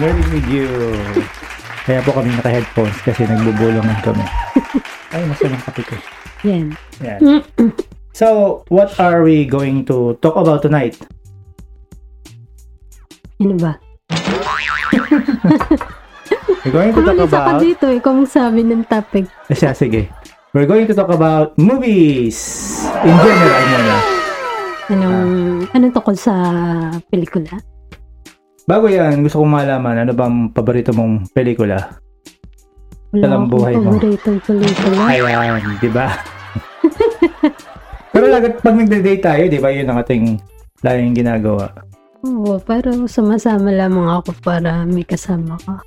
Learning with you. Kaya po kami naka-headphones kasi nagbubulungan kami. Ay, masalang kape ko. Yan. Yan. So, what are we going to talk about tonight? Ano ba? We're going to talk Kumalisa ka about... dito, ikaw ang sabi ng topic. Eh, Siya, sige. We're going to talk about movies in general muna. Anong, Ah. anong tungkol sa pelikula? Bago yan, gusto kong malaman ano bang paborito mong pelikula. Talang akong buhay mo. paboritong pelikula. Ayan, di ba? Pero lagat pag nagde-date tayo, di ba, yun ang ating laging ginagawa. Oo, pero sumasama lamang ako para may kasama ka.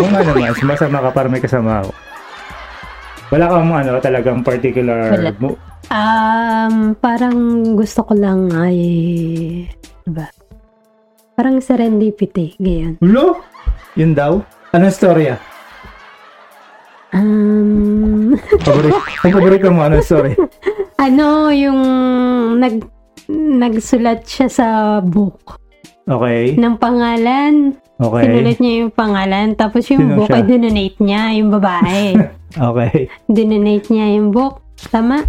Oo nga naman, sumasama ka para may kasama ako. Wala kang ano, talagang particular... Wala. mo- Um, parang gusto ko lang ay... Ano ba? Parang serendipity, ganyan. Ulo? Yun daw? Anong ah? storya? Um, Paborito, ang paborito mo, anong story? ano yung nag nagsulat siya sa book Okay, ng pangalan. okay, Sinulat niya yung pangalan. Tapos yung Sino book siya? ay dinonate niya, yung babae. okay. dinonate niya yung book. Tama?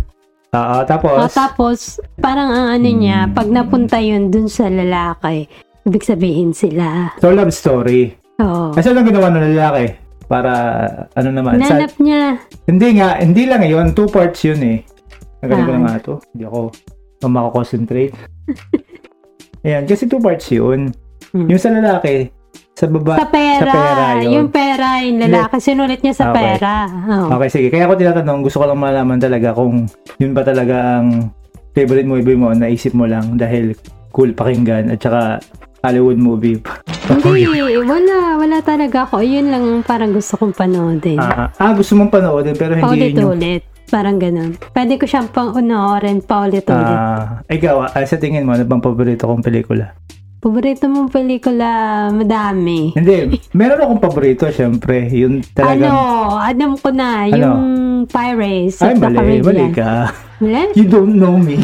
Oo, O, Ah, tapos... Hmm. tapos, parang ang ano niya, pag napunta yun dun sa lalaki, ibig sabihin sila. So, love story. Oo. Kasi lang ginawa ng lalaki? Para, ano naman? sa- Nanap niya. hindi nga, hindi lang yun. Two parts yun eh. Nagaling ko Ah. na nga ito. Hindi ako makakonsentrate. Ayan, kasi two parts yun. Hmm. Yung sa lalaki, sa baba, Sa pera. sa pera yun. Yung pera, yung lalaki. Sinulat niya sa Okay. Ah, pera. Oo. Okay, sige. Kaya ako tinatanong, gusto ko lang malaman talaga kung yun ba talaga ang favorite movie mo, naisip mo lang dahil cool pakinggan at saka Hollywood movie. Hindi, wala. Wala talaga ako. Yun lang ang parang gusto kong panoodin. ah, ah, gusto mong panoodin pero hindi yun yung... Paulit-ulit. Parang ganun. Pwede ko siyang panoorin paulit-ulit. Ah, ikaw, ah, sa tingin mo, ano bang paborito kong pelikula? Paborito mong pelikula, madami. Hindi, meron akong paborito, syempre. Yun Ano, talagang... alam ko na, Ano? yung Pirates Ay, of the mali, Caribbean. mali ka. Mali? You don't know me.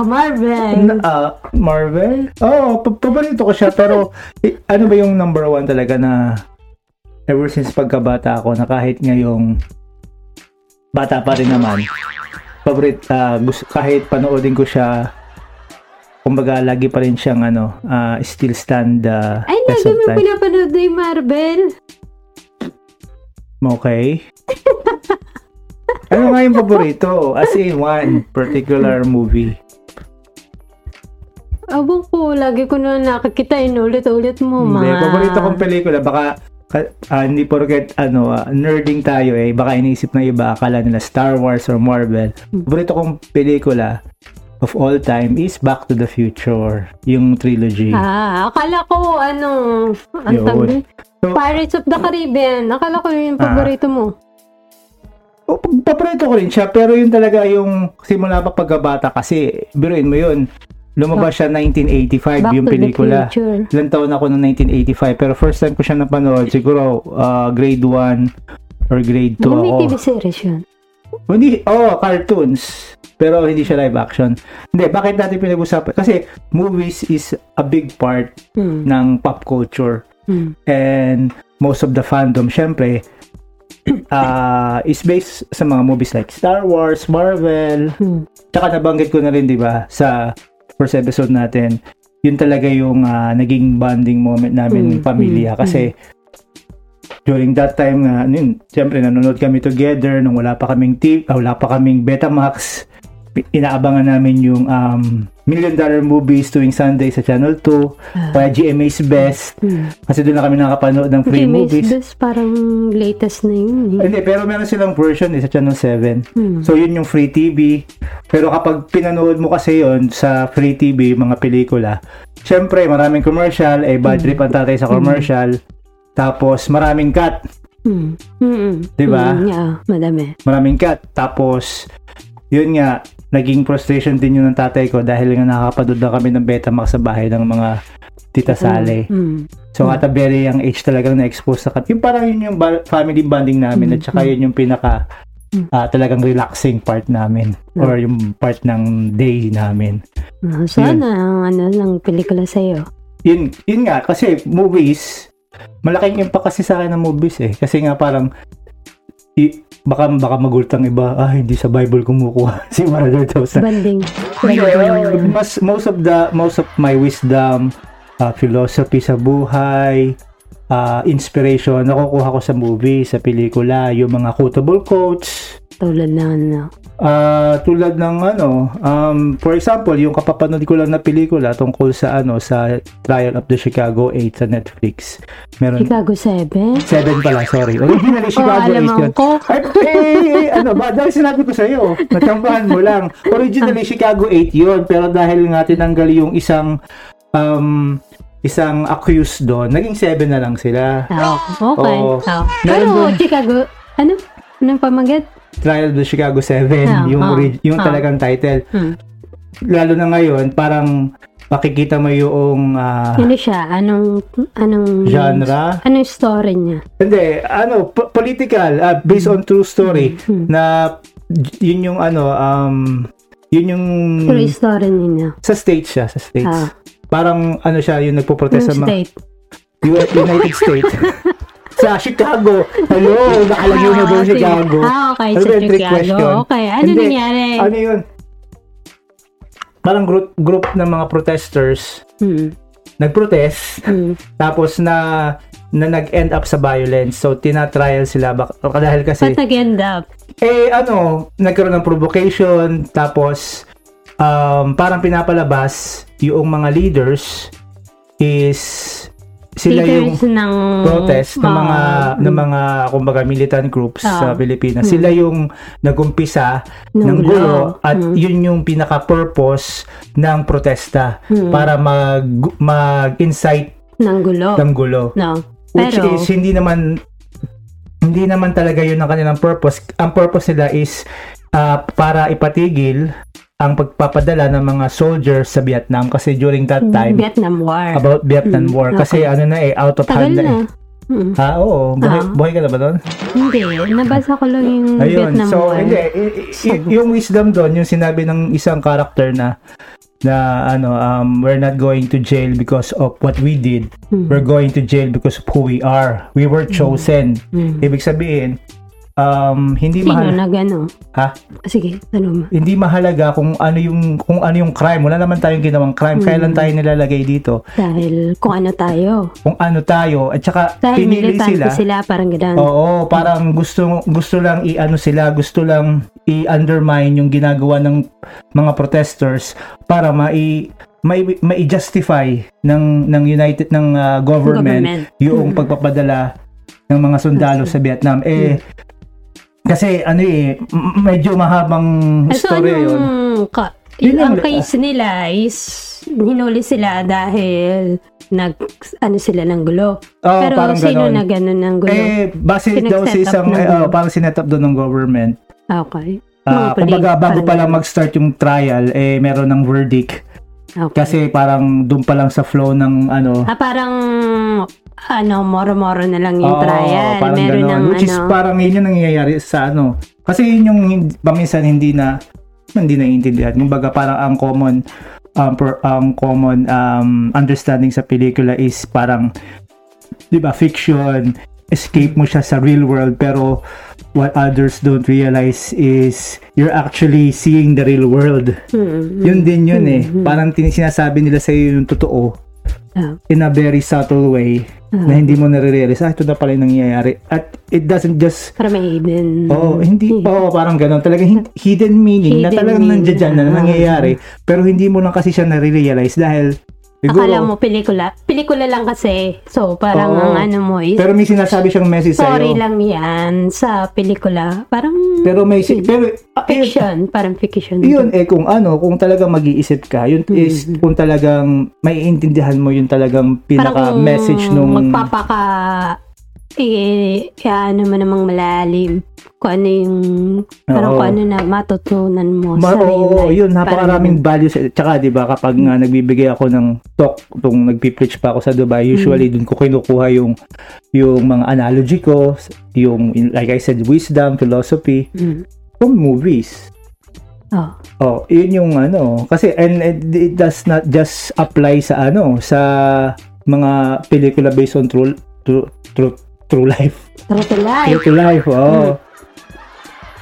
Oh, Marvel. Na, ah, Marvel? Oo, oh, paborito ko siya. Pero eh, ano ba yung number one talaga na ever since pagkabata ako na kahit ngayong bata pa rin naman, paborit, ah, gusto, kahit panoodin ko siya, kumbaga lagi pa rin siyang ano, ah, still stand the Ay, test lagi of mo time. pinapanood na yung Marvel. Okay. ano nga yung paborito? As in, one particular movie. Abang ko, lagi ko na nakikita, eh, inulit-ulit mo, Hindi, mga... paborito kong pelikula. Baka, ka- ah, hindi porket, ano, ah, nerding tayo eh. Baka inisip na iba, akala nila Star Wars or Marvel. Paborito kong pelikula of all time is Back to the Future. Yung trilogy. Ah, akala ko, ano, ang Yun. tawag So- Ah, Pirates of the Caribbean. Akala ko yun yung paborito mo. O, pa- paborito ko rin siya, pero yun talaga yung simula pa pagkabata kasi, biruin mo yun, lumabas siya 1985 Back yung to the pelikula. Future. Ilan taon ako noong 1985, pero first time ko siya napanood, siguro ah, grade 1 or grade 2 Ano may ako. TV series yun? Hindi, oh, cartoons. Pero hindi siya live action. Hindi, bakit natin pinag-usapan? Kasi movies is a big part Hmm. ng pop culture. Hmm. And most of the fandom, syempre, ah, is based sa mga movies like Star Wars, Marvel. Hmm. Tsaka nabanggit ko na rin, di ba, sa first episode natin, yun talaga yung ah, naging bonding moment namin ng Mm, pamilya. mm, Kasi during that time na, ano yun, syempre nanonood kami together nung wala pa kaming TV, ah, wala pa kaming Betamax. Pi- Inaabangan namin yung um, Million Dollar Movies tuwing Sunday sa Channel 2, Ah. kaya GMA's Best. Hmm. Kasi doon na kami nakakapanood ng free Okay, may movies. best parang latest na yun. Eh. Hindi, pero meron silang version eh, sa Channel 7. Hmm. So, yun yung free TV. Pero kapag pinanood mo kasi yon sa free TV, mga pelikula, syempre, maraming commercial, eh, bad trip ang tatay sa commercial. Tapos, maraming cut. Hmm. Hmm. Diba? Hmm. Yeah, madami. Maraming cut. Tapos, yun nga, naging frustration din yun ng tatay ko dahil nga nakakapanood na kami ng Betamax sa bahay ng mga tita Sally. Hmm. So at a very young age talagang na-expose na kami. Yung parang yun yung ba- family bonding namin at saka yun yung pinaka ah, talagang relaxing part namin or yung part ng day namin. Ah, so, Yun. ano, ang ano lang pelikula sa'yo? yun, yun nga, kasi movies, malaking impact kasi sa akin ng movies eh. Kasi nga parang, i- baka, baka magultang iba, ah, hindi sa Bible kumukuha si Brother Joseph. Banding. Yeah, mas- most of the most of my wisdom, uh, philosophy sa buhay, uh, inspiration nakukuha ko sa movie, sa pelikula, yung mga quotable quotes. Tulad na ano. Uh, tulad ng ano, um, for example, yung kapapanood ko lang na pelikula tungkol sa ano sa Trial of the Chicago 8 sa Netflix. Meron Chicago 7. 7 pala, sorry. Originally Chicago alam 8 yun. ko. Ay, eh, eh, ano ba? Dahil sinabi ko sa'yo, natambahan mo lang. Originally, Chicago 8 yun. Pero dahil nga tinanggal yung isang um, isang accused doon, naging 7 na lang sila. Ah, okay. Oo. Ah. Meron Ano, doon. Chicago? Ano? Anong pamagat? Trial of the Chicago 7, Ah, yung, ah, orig- yung ah. talagang title. Hmm. Lalo na ngayon, parang makikita mo yung ah, Ano siya? Anong, anong... genre. Anong story niya? Hindi, ano, po- political, ah, based on true story, Hmm. na yun yung ano, um, yun yung... True story niya. Sa States siya, sa States. Ah. Parang ano siya, yung nagpo-protest Anong sa mga state? U- United States. sa Chicago. Hello, nakalagay na doon sige. Chicago. Ah, okay. Ano Sa ba yung trick Chicago. question? Okay. Ano Hindi. nangyari? Ano yun? Parang group, group ng mga protesters Hmm. nag-protest Hmm. tapos na na nag-end up sa violence. So, tinatrial sila bak- dahil kasi Ba't nag-end up? eh ano, nagkaroon ng provocation tapos um, parang pinapalabas yung mga leaders is sila yung Leaders ng... protest ng Ah, mga ng hmm. mga kumbaga militant groups sa Ah. Pilipinas. Sila yung nagumpisa Ng ng gulo. gulo at Mm. yun yung pinaka-purpose ng protesta Mm. para mag mag-incite Hmm. ng gulo. ng gulo. No. Which Pero, is hindi naman hindi naman talaga yun ang kanilang purpose. Ang purpose nila is ah, para ipatigil ang pagpapadala ng mga soldiers sa Vietnam kasi during that time Vietnam War. about Vietnam Mm, War kasi ano na eh out of Tagal hand eh. na. Mm. Ha, oo. Buhay, Ah. buhay ka na ba doon? Hindi. Nabasa ko lang yung Ayun. Vietnam so, War. hindi. i- i- i- yung wisdom doon, yung sinabi ng isang character na na ano um we're not going to jail because of what we did Mm. we're going to jail because of who we are we were chosen Mm. ibig sabihin um hindi Sino mahal na gano'n? ha Sige, tanong mo. hindi mahalaga kung ano yung kung ano yung crime wala naman tayong ginawang crime Hmm. kailan tayo nilalagay dito Dahil kung ano tayo. kung ano tayo at saka Dahil pinili militante sila Oh, sila, parang gano'n. Oo, parang gusto gusto lang i-ano sila, gusto lang i-undermine yung ginagawa ng mga protesters para mai mai mai-justify ng ng United ng ah, government, Government. Mm-hmm. yung pagpapadala ng mga sundalo sa Vietnam. Eh Mm. kasi ano eh m- medyo mahabang Ah, So, story yun. anong, ka, Yun ah. ang ang- case nila is hinuli sila dahil nag, ano sila ng gulo. Oo, Pero Oh, parang sino ganon. na gano'n ng gulo? Eh base Pinag-set daw sa up isang ng- eh, oh, parang sinet-up doon ng government okay. Ah, Mga police, kumbaga bago parang pa lang ganun. mag-start yung trial eh meron ng verdict Okay. Kasi parang doon pa lang sa flow ng ano. Ah, parang ano, moro-moro na lang yung Oo, trial. parang Meron ganon. ng Which is ano. parang yun yung nangyayari sa ano. Kasi yun yung hin- paminsan hindi na hindi naiintindihan. Kumbaga parang ang common um, per- ang common um, understanding sa pelikula is parang 'di ba fiction escape mo siya sa real world pero what others don't realize is you're actually seeing the real world. Mm, Yun din yun eh. Hmm. Parang tin- sinasabi nila sa yung totoo ah, in a very subtle way Mm-hmm. na hindi mo nare-realize, ah, ito na pala yung nangyayari. At it doesn't just, para may hidden. oh, hindi, oh, parang ganun. Talaga hin- hidden meaning na Hidden talagang meaning. nandiyan dyan na Ah. nangyayari. Pero hindi mo lang kasi siya nare-realize dahil, Akala siguro, mo pelikula. Pelikula lang kasi. So, parang Oo. ang ano mo is, pero may sinasabi siyang message story sa'yo. lang yan sa pelikula. Parang Pero may, si- pero, ah, eh, fiction. Parang fiction. Yun eh kung ano, kung talagang mag-iisip ka, yun is Mm-hmm. kung talagang maiintindihan mo yung talagang parang pinaka-message nung Magpapaka... Eh, kaya ano man namang malalim. Kung ano yung... Oo. Parang kung ano na matutunan mo Ma- sa real oo, life. yun, Parang Hmm. napakaraming values. Eh, Tsaka, di ba, kapag nga nagbibigay ako ng talk, itong nagpipreach pa ako sa Dubai, Hmm. usually dun ko kinukuha yung, yung mga analogy ko, yung, like I said, wisdom, philosophy, Mm. from movies. Oh. Oh, yun yung ano. Kasi, and it, it does not just apply sa ano, sa mga pelikula based on true, true, true, true life. True to True life. to life, Hmm. oh.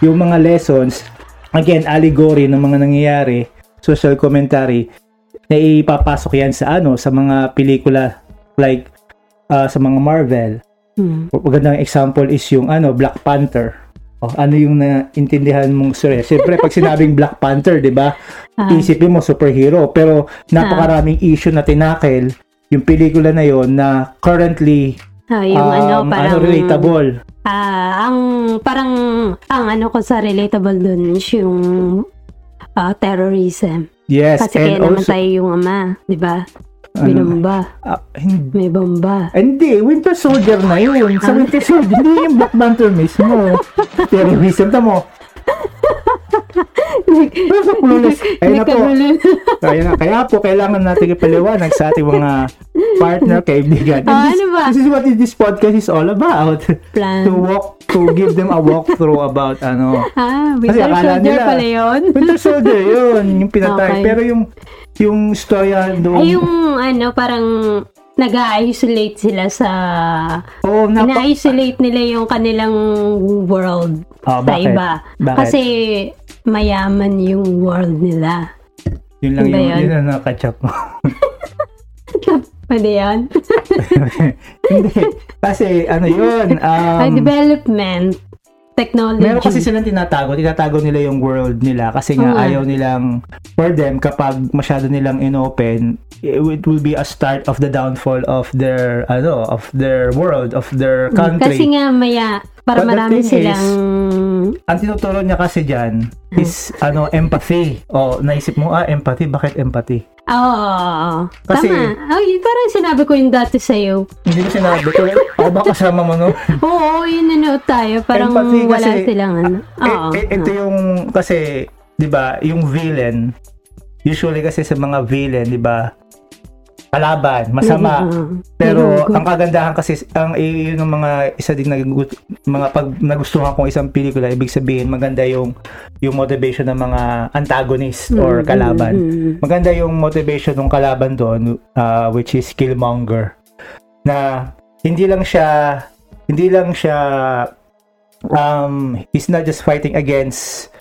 Yung mga lessons, again, allegory ng mga nangyayari, social commentary, na ipapasok yan sa ano, sa mga pelikula, like, ah, sa mga Marvel. Hmm. Magandang example is yung ano, Black Panther. Oh, ano yung naintindihan mong story? Siyempre, pag sinabing Black Panther, di ba? Ah. Isipin mo superhero. Pero napakaraming issue na tinakel yung pelikula na yon na currently Ah, yung um, ano, parang... relatable. Ah, ang parang ang ano ko sa relatable dun is yung ah, terrorism. Yes, Kasi and kaya naman also, tayo yung ama, di ba? Ano? Binomba, ah, hin- ah, may bomba. hindi, Winter Soldier na Ah. yun. Sa Winter Soldier, hindi yung Black Panther mismo. Terrorism, tamo. Pero sa clueless, ayun na po. Nagkagulo. Kaya na, kaya po, kailangan natin ipaliwanag sa ating mga partner, kaibigan. And Ah, this, ano ba? this is what this podcast is all about. Plan. to walk, to give them a walkthrough about ano. Ah, Winter akala Soldier nila- pala yun. Winter Soldier, yun, yung pinatay. Okay. Pero yung, yung storya doon, Ay, yung ano, parang nag-isolate sila sa... oh, napa- Ina-isolate nila yung kanilang world Ah, sa bakit? iba. Bakit? Kasi mayaman yung world nila. yun lang Ba yung, yun? yun ang nakachap mo. Pwede yan? Hindi, kasi ano yun, Ay, um, development, technology. meron kasi silang tinatago, tinatago nila yung world nila kasi nga Oo nga. ayaw nilang, for them, kapag masyado nilang inopen, it it will be a start of the downfall of their, ano, of their world, of their country. Mm, Kasi nga maya, para But the marami thing is, silang... ang tinuturo niya kasi dyan Hmm. is ano empathy. O naisip mo, ah, empathy, bakit empathy? Ah, Oo, oo, oo. Kasi- tama. Ay, parang sinabi ko yung dati sa'yo. Hindi ko sinabi ko, ako ba "Oh, kasama mo no? Oo, yun ano tayo. Parang Empathy kasi- wala silang ano. Oo. Eh, eh, ito yung, kasi, di ba, yung villain, usually kasi sa mga villain, di ba, kalaban, masama. Oo. Pero Nagugutom. ang kagandahan kasi, ang eh, yun ang mga isa ding nagugut, mga pag nagustuhan kong isang pelikula, ibig sabihin maganda yung yung motivation ng mga antagonist or kalaban. Mm, maganda yung motivation ng kalaban doon uh, which is Killmonger na hindi lang siya hindi lang siya um he's not just fighting against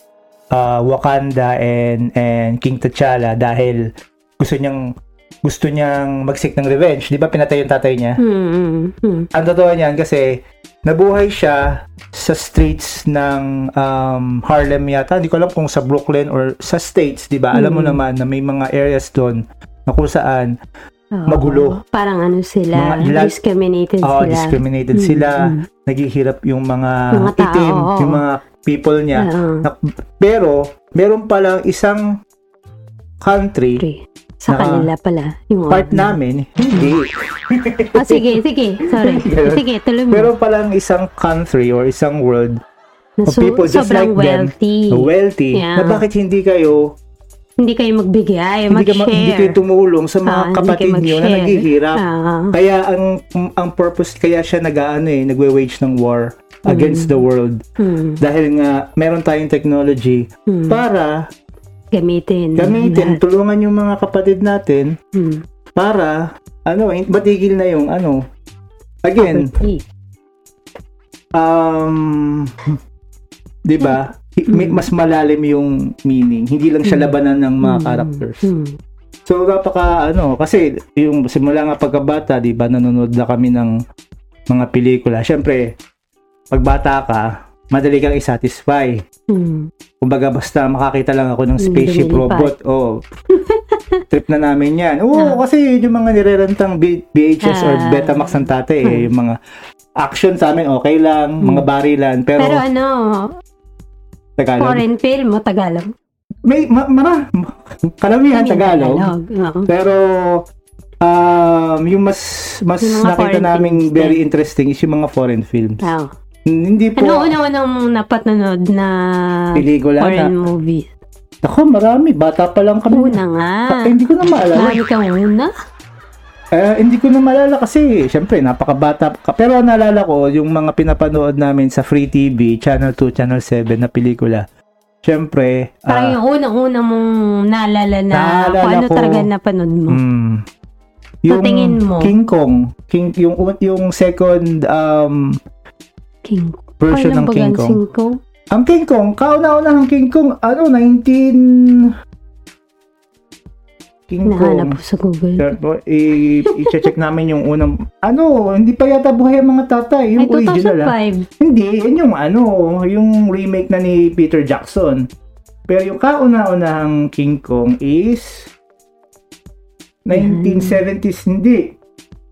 uh, Wakanda and and King T'Challa dahil gusto niyang gusto niyang magsik ng revenge, 'di ba? Pinatay yung tatay niya. mm, mm, mm, mm. Ang totoo niyan kasi nabuhay siya sa streets ng um, Harlem yata. Hindi ko alam kung sa Brooklyn or sa States, di ba? Alam mo Mm. naman na may mga areas doon na kung saan Oo. Magulo. Parang ano sila, Mga ilag- discriminated ah, sila. discriminated Mm, sila, mm. naghihirap yung mga, Yung mga tao, itim, oo. yung mga people niya. Oo. Na- pero, meron palang isang country, Sorry. Sa Naka- kanila pala. Yung part order. namin, hindi. Ah, sige, sige. Sorry. Ganun. sige, tuloy mo. Pero palang isang country or isang world Na of people just sobrang like them, wealthy. wealthy, Yeah. na bakit hindi kayo Hindi kayo magbigay, hindi, ka mag-share. ma- hindi kayo tumulong sa mga Ah, hindi kapatid niyo kayo na mag-share. naghihirap. Ah, Kaya ang ang purpose kaya siya nag-aano eh, nagwe-wage ng war Mm. against the world hmm, dahil nga meron tayong technology hmm. para gamitin. gamitin tulungan yung mga kapatid natin Hmm. para ano eh, matigil na yung ano again Poverty. um 'di ba hi- may- mas malalim yung meaning hindi lang siya labanan ng mga Hmm, characters hmm. So napaka ano kasi yung simula nga pagkabata, 'di ba, nanonood na kami ng mga pelikula. Syempre, pagbata ka, madali kang isatisfy. Hmm. Kumbaga basta makakita lang ako ng Mm, spaceship lumilipad. robot. Oh. Trip na namin 'yan. Oo, Ah. kasi yun yung mga nirerentang B- VHS or Ah. Betamax ng tate, eh, Hmm. yung mga action sa amin okay lang, mga barilan, pero, Pero ano, Tagalog. foreign film o Tagalog? May ma- mara, kalamihan Tagalog. Oo. Pero um, yung mas mas Yung mga nakita foreign naming films very interesting is yung mga foreign films. Oo. Hindi po Ano una-una mong napatanood na pelikula na. foreign movie? Ako, marami. Bata pa lang kami. Una nga. Ah, hindi ko na maalala. Marami kang una? Eh, hindi ko na maalala kasi, syempre, napakabata ka. Pero naalala ko, yung mga pinapanood namin sa Free TV, Channel 2, Channel 7 na pelikula, syempre, Parang ah, yung unang-una mong naalala na Naalala kung ano ko. talaga napanood mo. mm, Sa tingin mo? King Kong, King, yung, un- yung second um, King Kong. version Kailan ng ba King gan- Kong. Sing Kong? Ang King Kong, kauna-una ang King Kong, ano, 19... King Kong. Nahanap ko sa Google. Sir, po, i- I-check namin yung unang... Ano, hindi pa yata buhay ang mga tatay. Ay, Yung original, ah. 2005. Hindi, yun yung ano, yung remake na ni Peter Jackson. Pero yung kauna-unahang King Kong is 1970s, hindi.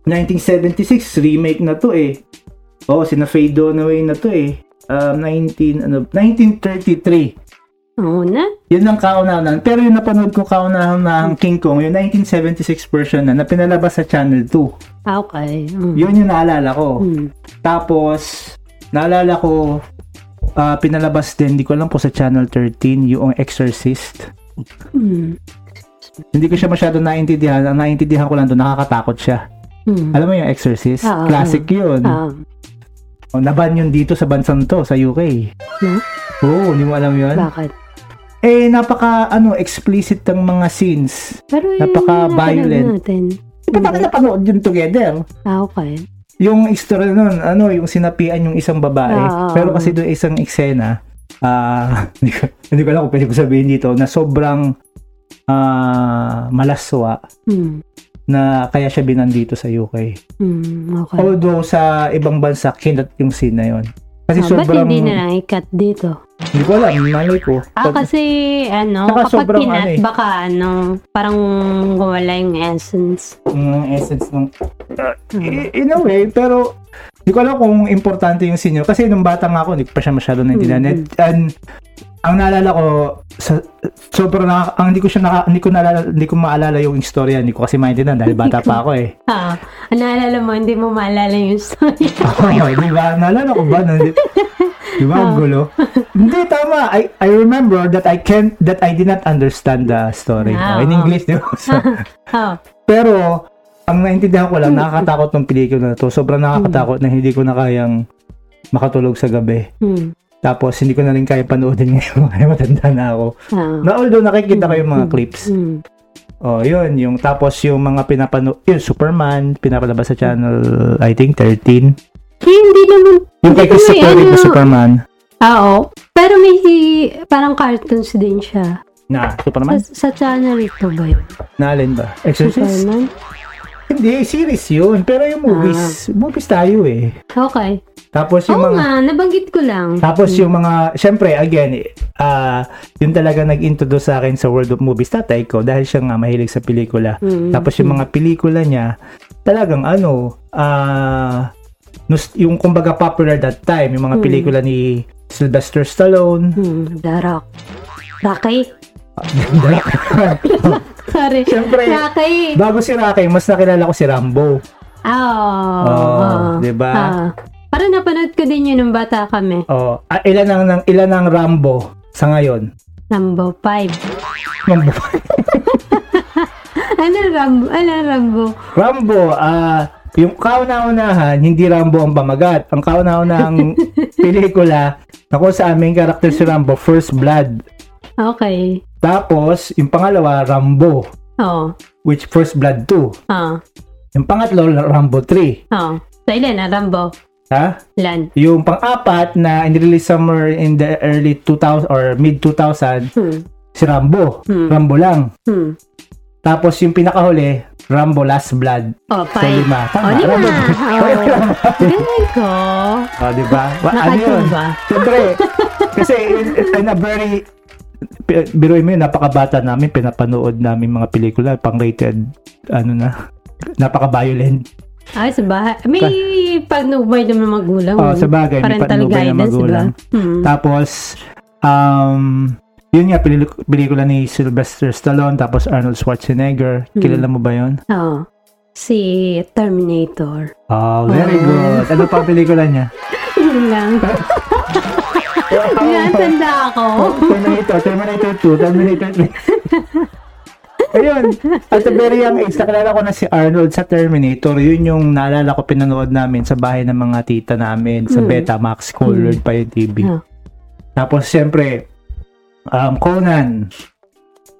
1976, remake na to eh. Oo, oh, sina Faye Dunaway na to eh. Um, 19, ano, 1933. Oo na. Yun ang kauna-unahan. Pero yung napanood ko kauna-unahang King Kong, yung 1976 version na, na pinalabas sa Channel 2. Ah, okay. Mm. Yun yung naalala ko. Mm. Tapos, naalala ko, ah, pinalabas din, hindi ko alam po sa Channel 13, yung Exorcist. Mm. Hindi ko siya masyado naintindihan. Ang naintindihan ko lang doon, nakakatakot siya. Mm. Alam mo yung Exorcist? Oo. Classic yun. Ah, O, Naban yun dito sa bansang to, sa UK. Hmm? Oo, hindi mo alam yun? bakit? Eh, napaka, ano, explicit ng mga scenes. Pero yun, Napaka-violent. napanood natin. Di ba tayo napanood yun together? Ah, okay. Yung istorya nun, ano, yung sinapian yung isang babae. Oo. Pero kasi doon isang eksena, ah, hindi, ko, hindi ko alam kung pwede ko sabihin dito, na sobrang ah, malaswa Mm. na kaya siya binandito sa UK. Mm, okay. Although sa ibang bansa, kinat yung scene na yun. Kasi Ah, ba't sobrang, hindi na hindi, lang i-cut dito? ko alam, malay ko. Ah, Pag- kasi ano, Saka kapag sobrang kinat, ano eh. baka ano, parang wala yung essence. yung essence ng... Mm. Ah, I- In a way, pero hindi ko alam kung importante yung senior. Kasi nung bata nga ako, hindi ko pa siya masyado naintindihan. Mm. And- And, ang naalala ko, sa, sobrang na, ang hindi ko siya naka, hindi ko naalala, hindi ko maalala yung istorya. Hindi ko kasi maintindihan dahil bata pa ako eh. Ah, ang naalala mo, hindi mo maalala yung story. Oo, di ba? Naalala ko ba? Nung, di ba? Ang gulo. Hindi, tama. I, I remember that I can that I did not understand the story. Ah, Oh, in oo. English, di ba? So, Ah, Pero, ang naintindihan ko lang, nakakatakot ng pelikula na to. Sobrang nakakatakot na hindi ko na kayang makatulog sa gabi. mm, Tapos, hindi ko na rin kaya panoodin ngayon kaya matanda na ako. ah, Na although nakikita ko yung mga clips. mm, Oh, yun. Yung, tapos yung mga pinapanood, yung Superman, pinapalabas sa channel, I think, 13. Eh, hindi naman. Yung kay hindi Christopher Reeve naman, na ano, Superman. Ah, oo. Pero may parang cartoons din siya. Na, Sa, Superman? sa channel ito ba yun? Naalin ba? Exorcist? Superman? Hindi, series yun. Pero yung movies, movies tayo eh. Okay. Tapos yung Ah. Oo mga... nga, nabanggit ko lang. Tapos yung mga, syempre, again, ah yun talaga nag-introduce sa akin sa world of movies, tatay ko, dahil siya nga mahilig sa pelikula. Mm. Tapos yung mga pelikula niya, talagang ano, ah nos- yung kumbaga popular that time, yung mga Mm. pelikula ni Sylvester Stallone, Hmm, The Rock. Rocky? Ah, Sorry. Siyempre. Rocky. Bago si Rocky, mas nakilala ko si Rambo. Ah, oo. Oh, oo. di ba? Ah. Parang napanood ko din yun nung bata kami. Oh, ah, ilan ang ng ilan ang Rambo sa ngayon? Rambo 5. Rambo. Ano Rambo? Ano Rambo? Rambo, ah yung kauna-unahan, hindi Rambo ang pamagat. Ang kauna-unahang pelikula na kung sa aming karakter si Rambo, First Blood. Okay. Tapos, yung pangalawa, Rambo, Oo. which First Blood 2. Ah, Yung pangatlo, Rambo 3. oo. So, Oh. ilan na Rambo? Ha? Ilan? Yung pang-apat na in-release somewhere in the early 2000 or mid-2000, Hmm. si Rambo. Hmm. Rambo lang. Hmm. Tapos yung pinakahuli, Rambo Last Blood. Oh, So, five. lima. Tama, Oh, lima. Rambo. Oh. Galing ko. Oh, di ba? Wa- Ano yun? Nakatumba. Siyempre, kasi in, in a very pi- biruin mo yun, napakabata namin, pinapanood namin mga pelikula, pang-rated, ano na, napaka-violent. Ay, sa bahay. May pagnubay naman ng magulang. Oh, eh. sa bagay, may Parental patnubay ng guidance, magulang. diba? Hmm. Tapos, um, yun nga, pelik- pelikula ni Sylvester Stallone, tapos Arnold Schwarzenegger. Mm. Kilala mo ba yun? Oo. Oh. Si Terminator. Oh, very Oh. good. Ano pa ang pelikula niya? Yun lang. Yan, tanda ako. Terminator, Terminator 2, Terminator 3. Ayun, at a very young age, nakilala ko na si Arnold sa Terminator. Yun yung naalala ko pinanood namin sa bahay ng mga tita namin, sa Mm. Betamax, colored pa yung TV. Ah. Tapos, syempre, Um, Conan.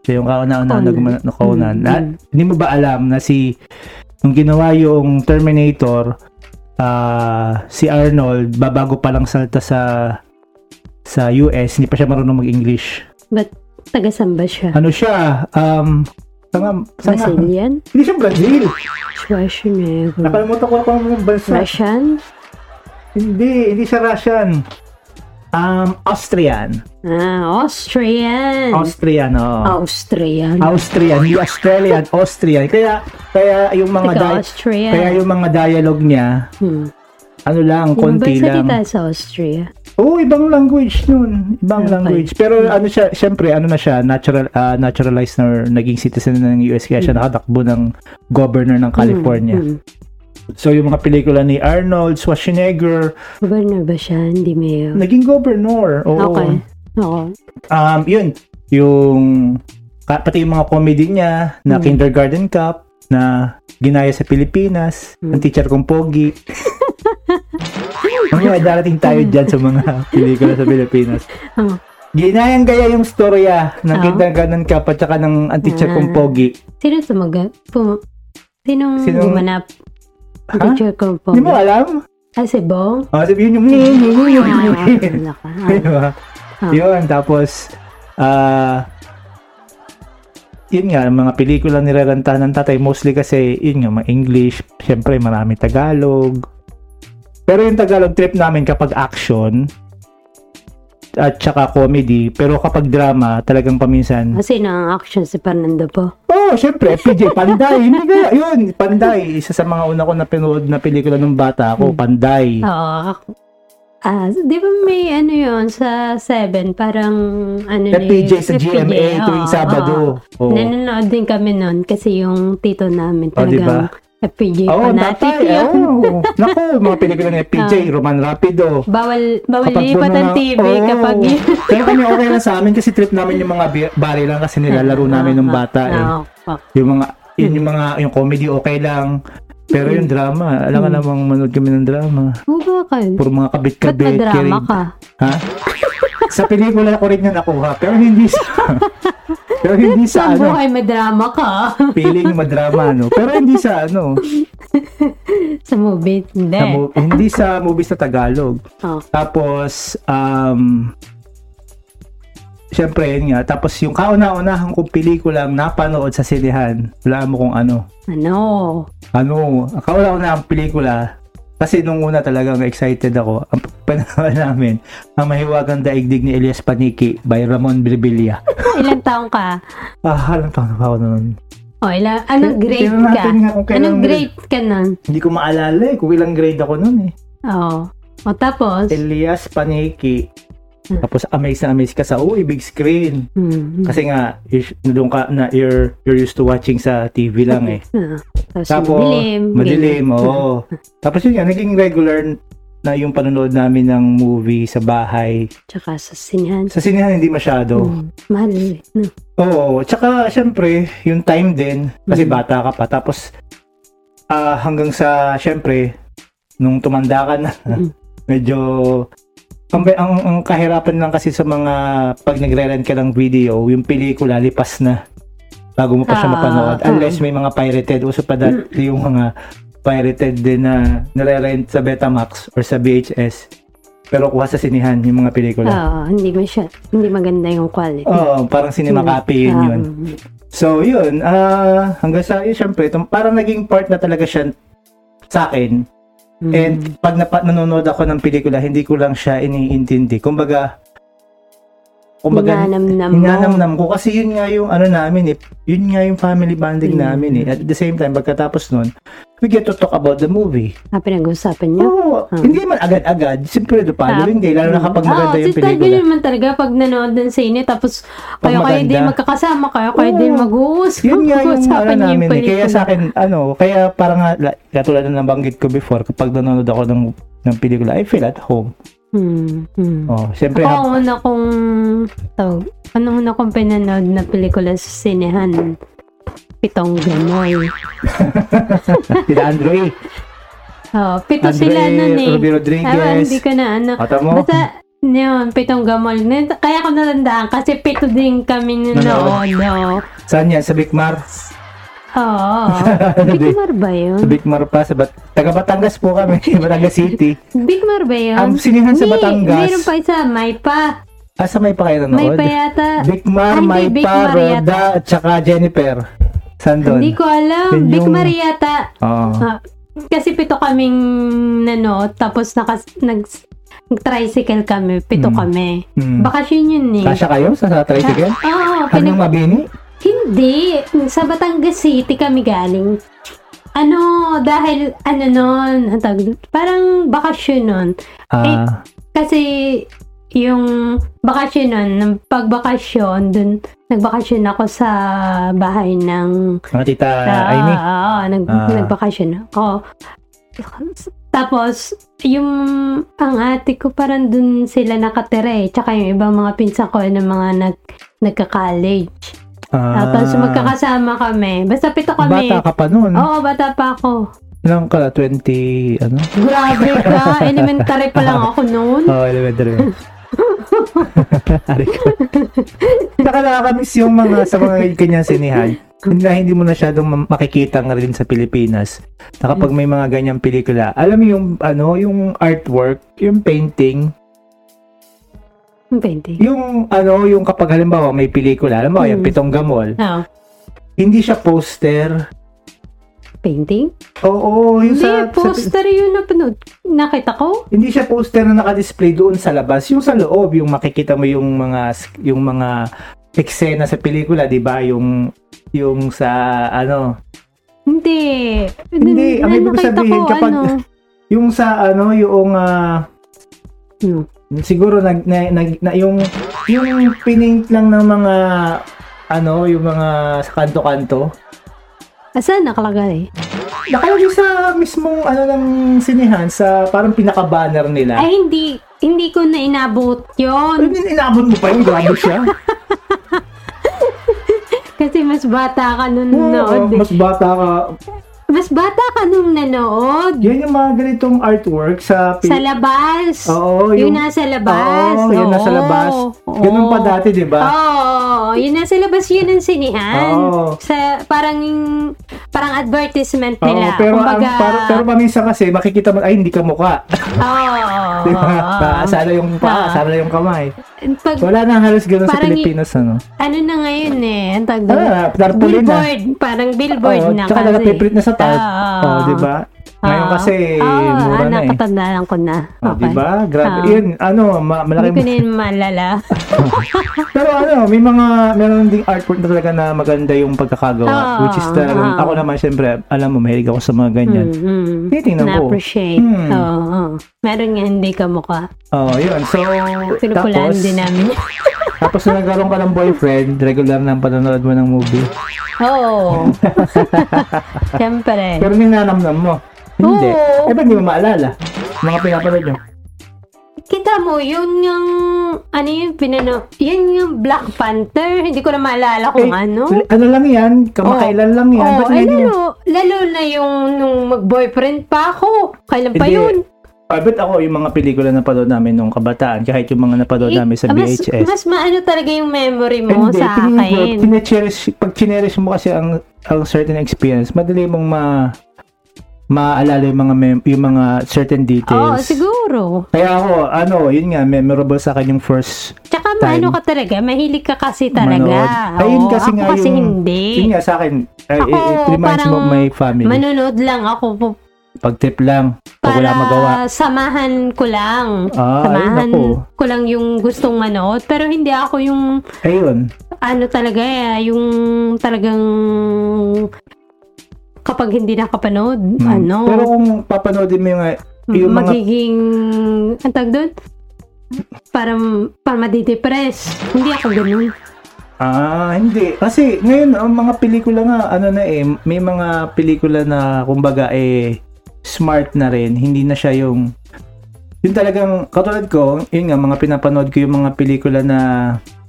Siya yung kauna-una Conan. nagman no, Conan. Mm, Na- mm. hindi mo ba alam na si nung ginawa yung Terminator ah, si Arnold babago pa lang salta sa sa US, hindi pa siya marunong mag-English. Taga saan ba siya? Ano siya? Um, saan nga? saan nga? Brazilian? Hindi siya Brazil. Schwarzenegger? Nakalimutan ko na kung ano yung bansa. Russian? Hindi, hindi siya Russian. Um, Austrian. Ah, Austrian. Austrian, oo. Oh. Austrian. Ah, Austrian, hindi Australian, Austrian. Kaya kaya yung mga Taga di- Austrian. kaya yung mga dialogue niya Hmm. ano lang, Yung konti ibang salita lang. sa Austria. Oo, ibang language nun. Ibang Okay. language. Pero ano siya, syempre, ano na siya, natural, ah, naturalized na naging citizen na ng US kaya siya nakatakbo ng governor ng California. Hmm, hmm. So yung mga pelikula ni Arnold Schwarzenegger, Governor ba siya? Hindi mayor. naging governor. Oo. Okay. Oo. Um, yun, yung ka- pati yung mga comedy niya na Mm. Kindergarten Cup na ginaya sa Pilipinas, ang Mm. teacher kong pogi. Mamaya darating tayo dyan sa mga pelikula sa Pilipinas. Hmm. Oh. Ginayang gaya yung storya ng Oh. Kindergarten Cup at saka ng ang teacher kong Ah. pogi. Sino tumaga? Pum- Sinong Sinong- gumanap? Ha? Teacher ko po. Hindi mo alam? Ah, si Bong? Oh, sabi yun yung yun, yun, yun, yun, Ah, yun. wala ka. Ah. Diba? Ah. Yun, tapos, ah, yun nga, ang mga pelikula nirerentahan ng tatay, mostly kasi, yun nga, mga English, syempre, marami Tagalog. Pero yung Tagalog trip namin kapag action, at saka comedy, pero kapag drama, talagang paminsan, Kasi na Ah, action si Fernando po. oh, syempre, PJ, Panday, hindi kaya, yun, Panday, isa sa mga una ko na pinood na pelikula ng bata Hmm. ko, Panday. Oo. ako- Ah, di ba may ano yon sa 7? Parang ano Na ni- PJ sa PJ, GMA tuwing oo, oo. Sabado. Oo. Nanonood din kami noon kasi yung tito namin Oh, di ba? talagang FPJ Oo, oh, fanatic tatay. yun. oo. Naku, mga pelikula niya, PJ, Ah. Roman Rapido. Bawal, bawal Kapag lipat ang puno- oh. TV Oo. kapag yun. Pero kami okay lang sa amin kasi trip namin yung mga bi- bari lang kasi nilalaro namin Ah, nung bata eh. Oo, oo. Yung mga, yun yung mga, yung comedy okay lang. Pero yung drama, alam ka Hmm. namang manood kami ng drama. Oo, bakit? Puro mga Ba't kabit-kabit. na-drama kirig. ka? Ha? sa pelikula ko rin niya nakuha. Pero hindi sa... pero hindi Sa sa ano. buhay may drama ka. Feeling madrama, no? Pero hindi sa ano. sa movie, hindi. Sa mo- hindi sa movies na Tagalog. Oh. Tapos, um, syempre, yun nga. Tapos, yung kauna-unahan kong pelikulang napanood sa sinehan, wala mo kung ano. Ano? Ano, ang kauna-unahang pelikula, kasi nung una talagang excited ako, ang panawa namin, ang mahiwagang daigdig ni Elias Paniki by Ramon Bribilla. Ilang taong ka? Ah, halang taon na ba ako noon? O, ilang, anong Tin- grade tingnan ka? natin nga kung kailan Anong yun. grade Hmm. ka nun? Hindi ko maalala eh, kung ilang grade ako noon eh. Oo. O, tapos? Elias Paniki. Hmm. Tapos, amaze na amaze ka sa, oh, big screen. Hmm. Kasi nga, is- doon ka na you're, you're used to watching sa TV lang eh. Ah, Tapos, Tapos, madilim. Madilim, ganyan. oo. Tapos yun nga, naging regular na yung panonood namin ng movie sa bahay. Tsaka sa sinihan. Sa sinehan, hindi masyado. Hmm. Mahal. eh, No? Oo, tsaka syempre, yung time din, kasi Mm. bata ka pa. Tapos, ah, hanggang sa, syempre, nung tumanda ka na, Mm. medyo, ang, ang, ang kahirapan lang kasi sa mga, pag nagre-rent ka ng video, yung pelikula, lipas na bago mo pa siya Ah, mapanood. oo. Unless may mga pirated, uso pa dati yung mga pirated din na nare-rent sa Betamax or sa VHS. Pero kuha sa sinihan yung mga pelikula. Oo, hindi masya, hindi maganda yung quality. Hmm. Oo, parang cinema copy yun yun. Um, So, yun. ah hanggang sa, yun, syempre, tum- parang naging part na talaga siya sa akin. mm. And pag napa- nanonood ako ng pelikula, hindi ko lang siya iniintindi. Kumbaga, kumbaga, Hinanamnam mo. hinanamnam ko. Kasi yun nga yung ano namin eh. Yun nga yung family bonding Mm. namin eh. At the same time, pagkatapos nun, we get to talk about the movie. Ah, pinag-usapan niyo? Oo, Hmm. hindi man agad-agad. Siyempre, following day, lalo na kapag maganda Oo, yung Ah, si Targa pelikula. naman talaga pag nanood ng sine, tapos Pag kayo kayo maganda. din magkakasama kayo, kayo Oo. din mag-uusap. Yun nga yung ano pag-uusapan niyo namin eh. Kaya pelikula. sa akin, ano, kaya parang nga, la- katulad na nabanggit ko before, kapag nanonood ako ng ng pelikula, I feel at home. Hmm, hmm. Oh, syempre, Ako hab- ang una kong, tawag, ano una kong pinanood na pelikula sa sinehan? Pitong Gamoy. sila Andre, Oh, pito Andre, sila nun eh. Ruby Ewan, Rodriguez, hindi ko na ano. Ata mo, Basta, Yun, pitong gamol. Nin- Kaya ko nalandaan kasi pito din kami nanood. no? Saan yan? Sa Bikmar? Oo. Ano din? Bigmar ba Sa yun? Bikmar pa. Sa Bat taga Batangas po kami. Batangas City. Bigmar ba yun? Ang sinihan sa Hindi, Batangas. Meron pa isa, may pa. Asa may pa kayo May nanood? pa yata. Bikmar, Ay, hindi, may Bikmar pa, yata. Roda, at saka Jennifer. Saan doon? Hindi ko alam. Yun Big yung- Maria yata. Oo. Ah, kasi pito kaming nanood, tapos nakas, nag, tricycle kami, pito Hmm. kami. Hmm. Bakasyon yun eh. Kasya kayo sa, sa tricycle? Oo, pinag- Hanggang mabini? Hindi. Sa Batangas City kami galing. Ano, dahil ano nun, ang tawag dun? parang bakasyon nun. Ah, Kasi yung bakasyon nun, ng pagbakasyon, dun, nagbakasyon ako sa bahay ng mga tita Ah, Aini. Oo, nag, Ah. nagbakasyon ako. Tapos, yung ang ate ko parang dun sila nakatira eh. Tsaka yung ibang mga pinsan ko eh, na mga nag, nagka-college. Ah, Tapos eh. Oh. magkakasama kami. Basta pito kami. Bata ka pa noon. Oo, bata pa ako. Ilang ka? 20, ano? Grabe ka. Elementary pa lang ako noon. Oo, oh, elementary. Ari ko. Saka nakakamiss yung mga sa mga kanyang sinihan na hindi mo na masyadong ma- makikita nga rin sa Pilipinas. Na kapag may mga ganyang pelikula, alam mo yung ano, yung artwork, yung painting, Pwede. yung ano, yung kapag halimbawa may pelikula, alam mo, yung Mm. Pitong Gamol, Oo. hindi siya poster. Painting? Oo, yung Hindi, sa, sa- poster yun na panood. Nakita ko? hindi siya poster na nakadisplay doon sa labas. Yung sa loob, yung makikita mo yung mga yung mga eksena sa pelikula, 'di ba? Yung yung sa ano, Hindi. Hindi, ang Na- ibig nakita sabihin, ko, kapag- Ano? yung sa ano, yung ah, Yung- siguro nag, na, nag- na- yung yung pinaint lang ng mga ano, yung mga sa kanto-kanto. Asan nakalagay? Nakalagay sa mismong ano ng sinehan sa parang pinaka-banner nila. Ay, um, hindi. Hindi ko na inabot Ay, yon inabot mo pa yun, grabe siya. Kasi mas bata ka nung Oo, nanood. eh. mas bata ka. Mas bata ka nung nanood. Yan yung mga ganitong artwork sa Sa Pilipinas. labas. Oo, yung, yung, nasa labas. Oo, yung nasa labas. Oo. Ganun pa dati, di ba? Oo, yun nasa labas yun ang sinihan. Oo. Sa parang parang advertisement Oo, nila. pero ang, Kumbaga, para, pero paminsan kasi makikita mo ay hindi ka mukha. oo. Di ba? Pa- Sana yung Ah. paa, sana yung kamay. Pag, Wala na halos ganun sa Parang i- Pilipinas ano. ano na ngayon eh, ang tawag doon? Ah, tarpaulin na. Billboard. Parang billboard Oo, na Ah, tsaka nagpe-print na sa tag. Oo. Oh, di ba? Ngayon Oo. kasi Oo, mura ah, na eh. napatandaan ko na. Oh, Okay. di ba? Grabe. Oo. Yun, ano, ma- Hindi ko malaking na yun malala. Pero ano, may mga, meron ding artwork na talaga na maganda yung pagkakagawa. Oo, which is talagang, oo. ako naman syempre, alam mo, mahilig ako sa mga ganyan. Mm, mm. Titingnan ko. Na-appreciate. Hmm. Oo. oo. Meron nga hindi ka mukha. Oo, Oh, yun. So, Pinupulaan tapos, din namin. tapos na nagkaroon ka ng boyfriend, regular na ang panonood mo ng movie. Oo. Siyempre. Pero ninanamnam mo. Hindi. Oo. Eh, ba't di mo maalala? Mga pinapanood nyo. Kita mo, yun yung, ano yung pinano, yun yung Black Panther. Hindi ko na maalala Eh, kung ano. l- Ano lang yan? Kamakailan lang yan? Oo, ano? Ba't ay hindi nyo? lalo, lalo na yung nung mag-boyfriend pa ako. Kailan pa Hindi. yun? Ah, ba't ako yung mga pelikula na panood namin nung kabataan, kahit yung mga napanood namin sa Eh, mas, VHS. Mas maano talaga yung memory mo Hindi, sa tingin ko, akin. kinecherish, pag chinerish mo kasi ang, ang certain experience, madali mong ma maalala yung mga mem- yung mga certain Oo, details. siguro. Kaya ako, ano, yun nga, memorable sa akin yung first Tsaka Time. maano ka talaga, mahilig ka kasi talaga. manood. Ayun Oo, kasi ako nga kasi yung, hindi. Yun nga sa akin, eh, Ako, it, it reminds me of parang my family. Manonood lang ako po- pag trip lang, pag para wala magawa. samahan ko lang. Ah, ayun samahan ako. ko lang yung gustong manood. Pero hindi ako yung Ayun. ano talaga eh, yung talagang kapag hindi nakapanood, Mm. ano, Pero kung papanoodin mo yung, yung mga magiging, ang tawag doon, parang, parang madidepress. Hindi ako ganun. Ah, hindi. Kasi ngayon, ang mga pelikula nga, ano na eh, may mga pelikula na, kumbaga eh, smart na rin. Hindi na siya yung, yung talagang, katulad ko, yun nga, mga pinapanood ko yung mga pelikula na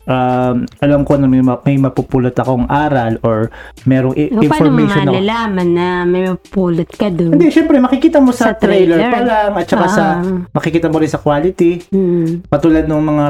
um, alam ko na may, ma- may mapupulot akong aral or merong i- O, paano mo information ako. malalaman na may pulot ka dun? Hindi, syempre, makikita mo sa, Sa trailer. trailer. pa lang at saka Ah. sa, makikita mo rin sa quality. Hmm. Patulad ng mga,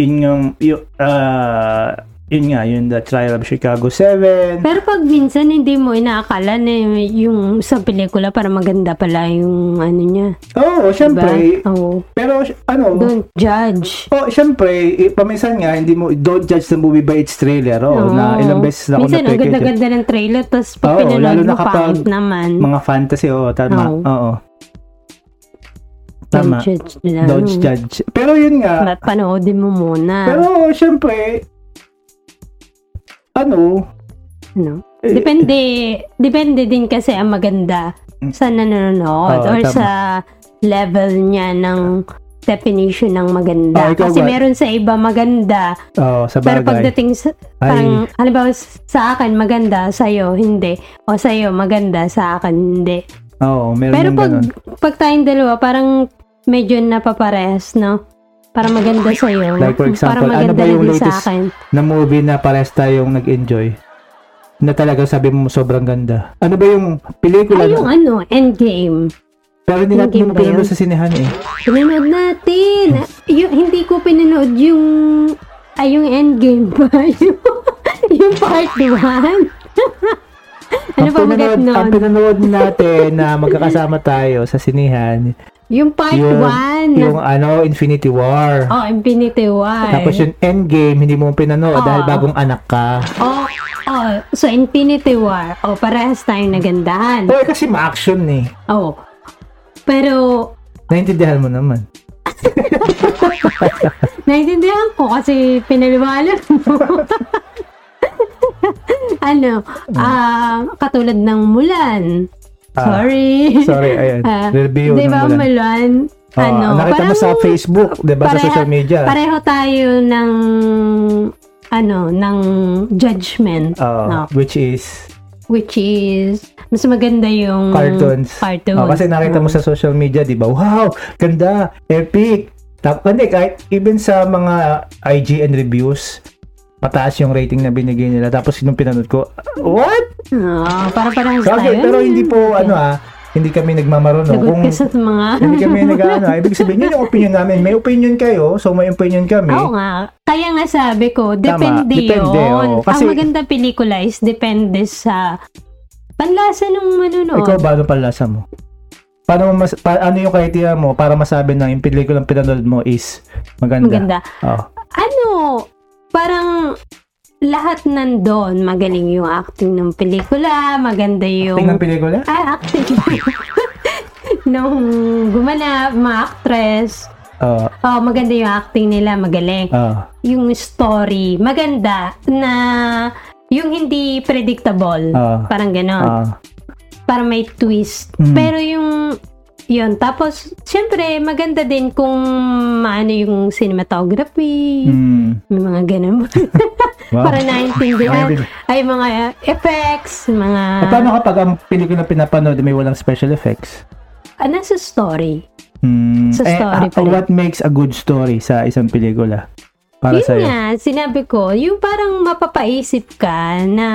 inyong, yung, ah, yun nga, yun, The Trial of Chicago 7. Pero pag minsan hindi mo inaakala na y- yung sa pelikula para maganda pala yung ano niya. Oo, oh, Diba? syempre. Oo. Pero, ano, Don't judge. Oh, syempre, eh, paminsan nga, hindi mo, don't judge the movie by its trailer. Oh, Oo. na ilang beses na ako Minsan, ang na-peke dyan. ganda-ganda ng trailer, tapos pag Oo, lalo pinanood na mo, kapag pangit naman. Mga fantasy, oo, tama. Oo. Oo. Oh. Don't Tama. judge nila. Don't Ano. judge. Pero yun nga, Ba't panoodin mo muna? pero syempre, ano, ano? eh, Mm. Depende, depende din kasi ang maganda sa nanonood Oo, or tama. sa level niya ng definition ng Oh, maganda. ikaw kasi ba? meron sa iba maganda, oo, oh, sa pero bagay. pagdating sa, Ay. parang, halimbawa s- sa akin maganda, sa'yo hindi. O sa'yo maganda, sa akin hindi. Oo, meron Pero yung pag, ganun. pag tayong dalawa, parang medyo napaparehas, no? Para maganda sa'yo. Like, for example, para ano maganda ba yung rin sa latest- akin. Na movie na pares tayong nag-enjoy. Na talaga sabi mo sobrang ganda. Ano ba yung pelikula Ay, yung na? ano, endgame. Pero hindi natin Endgame ba pinanood yun? sa sinehan eh. Pinanood natin. Yung, hindi ko pinanood yung... Ay, yung endgame ba? yung, yung part 1. ano ang ba pinanood, magat ang nun? pinanood natin na magkakasama tayo sa sinihan, Yung part yung, 1. yung ano, Infinity War. Oh, Infinity War. Tapos yung Endgame, hindi mo pinanood Oo. dahil bagong anak ka. Oh, oh, so Infinity War. Oh, parehas tayong nagandahan. O, eh, kasi ma-action eh. Oh. Pero, Naintindihan mo naman. Naiintindihan ko kasi pinaliwanag mo. ano, Hmm. ah, katulad ng Mulan. Ah, Sorry. Sorry, ayan. Ah, Review di ng ba, Mulan. Mulan? Oo, ano, nakita mo sa Facebook, di ba, sa pareha- social media. Pareho tayo ng ano, ng judgment. Oo, no? Which is Which is, mas maganda yung cartoons. Mm, cartoons. Oo, kasi nakita mo sa social media, di ba? Wow! Ganda! Epic! Tapos, hindi, kahit even sa mga IGN reviews, mataas yung rating na binigay nila. Tapos, nung pinanood ko, what? Oo, para parehas tayo. Sabi, pero hindi po, ano ah, hindi kami nagmamarunong. Lagot Kung ka sa mga... hindi kami nag-ano, ah, ibig sabihin, yun yung opinion namin. May opinion kayo, so may opinion kami. Ah, Oo nga. Kaya nga sabi ko, depende, depende, yun. oo. Kasi- Ang maganda pelikula is depende sa panlasa ng manunood. Ikaw ba, ano palasa mo? Paano mo mas, pa- ano yung criteria mo para masabi na yung pelikulang pinanood mo is maganda? Oh, Maganda. Oo. Ano, parang lahat nandun. Magaling yung acting ng pelikula, maganda Tingnan yung... pelikula? Ay, acting. Nung gumanap, mga actress. Oo. Oh, maganda yung acting nila, magaling. Oo. Yung story, maganda na yung hindi predictable. Oo. Parang ganon. Oo. para may twist. Mm. Pero yung yun, tapos syempre maganda din kung maano yung cinematography, Hmm. may mga ganun. Wow. para naintindihan. Amazing. Ay, mga effects, mga... Eh, paano kapag ang pelikula pinapanood may walang special effects? Ah, nasa story. Hmm. Sa ah, story pa rin. what makes a good story sa isang pelikula? Para yun sa'yo? nga, sinabi ko, yung parang mapapaisip ka na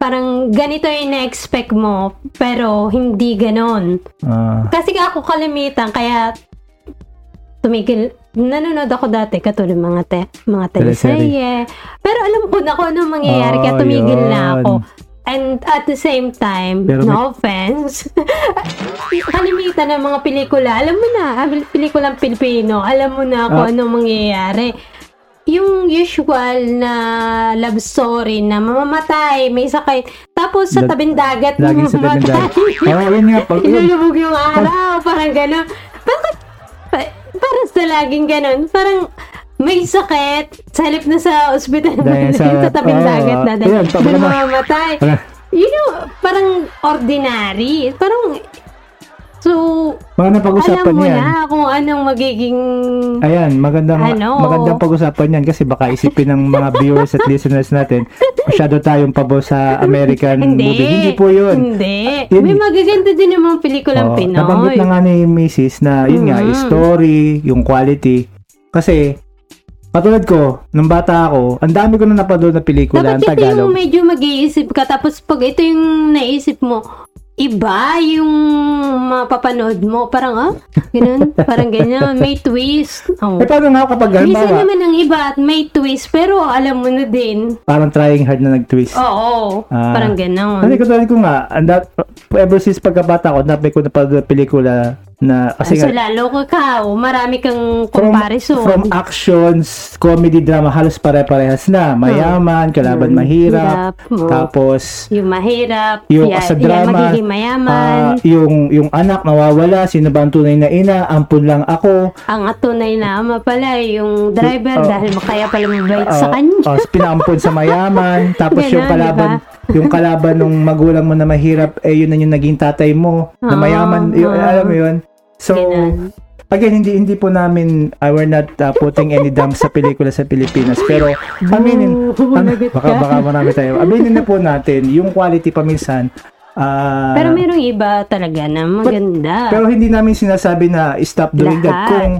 parang ganito yung na-expect mo, pero hindi ganon. Ah. Kasi ako kalimitan, kaya tumigil, nanonood ako dati, katulad mga, te, mga teleserye. Pero alam ko na kung anong mangyayari, kaya Oh, tumigil na yun. ako. And at the same time, Pero may- no offense, kalimitan ng mga pelikula, alam mo na, ah, pelikulang Pilipino, alam mo na kung Ah. anong mangyayari. Yung usual na love story na mamamatay, may sakit, tapos sa Lag- tabing dagat, Laging sa mamamatay. dagat. Oo, yun nga. Pag, yun, Ilulubog yung araw, parang gano'n. Bakit? Pa- parang sa laging gano'n. Parang may sakit, salip na sa ospital Dahil na sa- oh, sa tabing oo, dagat na dahil ayun, pag- doon mamamatay. Ah, You know, parang ordinary. Parang, so, mga alam napag-usapan mo yan. na kung anong magiging... Ayan, magandang Ano? magandang pag-usapan yan kasi baka isipin ng mga viewers at listeners natin, masyado tayong pabo sa American Hindi. Mm, movie. Hindi po yun. Ah, Hindi. Yun- May magaganda din namang pelikulang Oo, Pinoy. Ah, nabanggit na nga ni Mrs. na yun nga, Mhm. story, yung quality. Kasi, Katulad ko, nung bata ako, ang dami ko na napanood na pelikula, ang Dapat ito yung Tagalog. medyo mag-iisip ka. Tapos pag ito yung naisip mo, iba yung mapapanood mo. Parang, ah, ganun. parang ganyan. May twist. Oh. Eh, paano nga kapag Minsan halimbawa, naman ang iba at may twist. Pero alam mo na din. parang trying hard na nag-twist? Oo. Ah. parang ganun. Kasi katulad ko nga, and that, ever since pagkabata ko, dami ko napanood na pelikula na, kasi so, nga, lalo ka ka. Oh, marami kang from, comparison. from actions, comedy, drama, halos pare-parehas na. Mayaman, kalaban Mm, mahirap, hirap, oo. tapos yung mahirap. Yung yan- sa yan drama, magiging mayaman. ah, yung yung anak nawawala, sino ba ang tunay na ina, ampun lang ako. ang atunay na ama pala yung driver Oh. dahil makaya pala mabait Ah, sa kanya. ah, pinaampun sa mayaman, tapos yung Ganon, kalaban, yung kalaban ng magulang mo na mahirap, eh yun na yung naging tatay mo na Ah, mayaman, yun, ah. alam mo yun. So, Ganon. again, hindi hindi po namin, uh, we're not uh, putting any dump sa pelikula sa Pilipinas. Pero, aminin, Boo, am- lagot ah, baka, ka. baka marami tayo. Aminin na po natin, yung quality paminsan, ah, Pero merong iba talaga na maganda. pero hindi namin sinasabi na stop doing that. Lahat. Kung,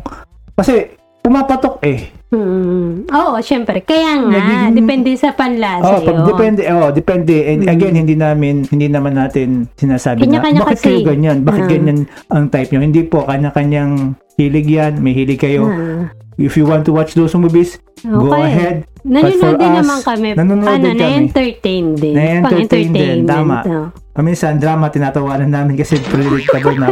kasi, pumapatok eh. Hmm. Oo, syempre. Kaya nga, Nagiging- depende sa panlasa Oh, pag yun. Hmm. depende, oh, depende. And again, hindi namin hindi naman natin sinasabi na Kanya-kanya bakit kasi." kayo ganyan? Bakit Ah. ganyan ang type niyo? Hindi po kanya-kanyang hilig yan. May hilig kayo. Ah, If you want to watch those movies, go okay. ahead. Nanonood for din us, naman kami. nanonood din ano, kami. na-entertain din. Na-entertain Pang-entertainment, din, tama. oh. Paminsan drama tinatawanan namin kasi predictable na.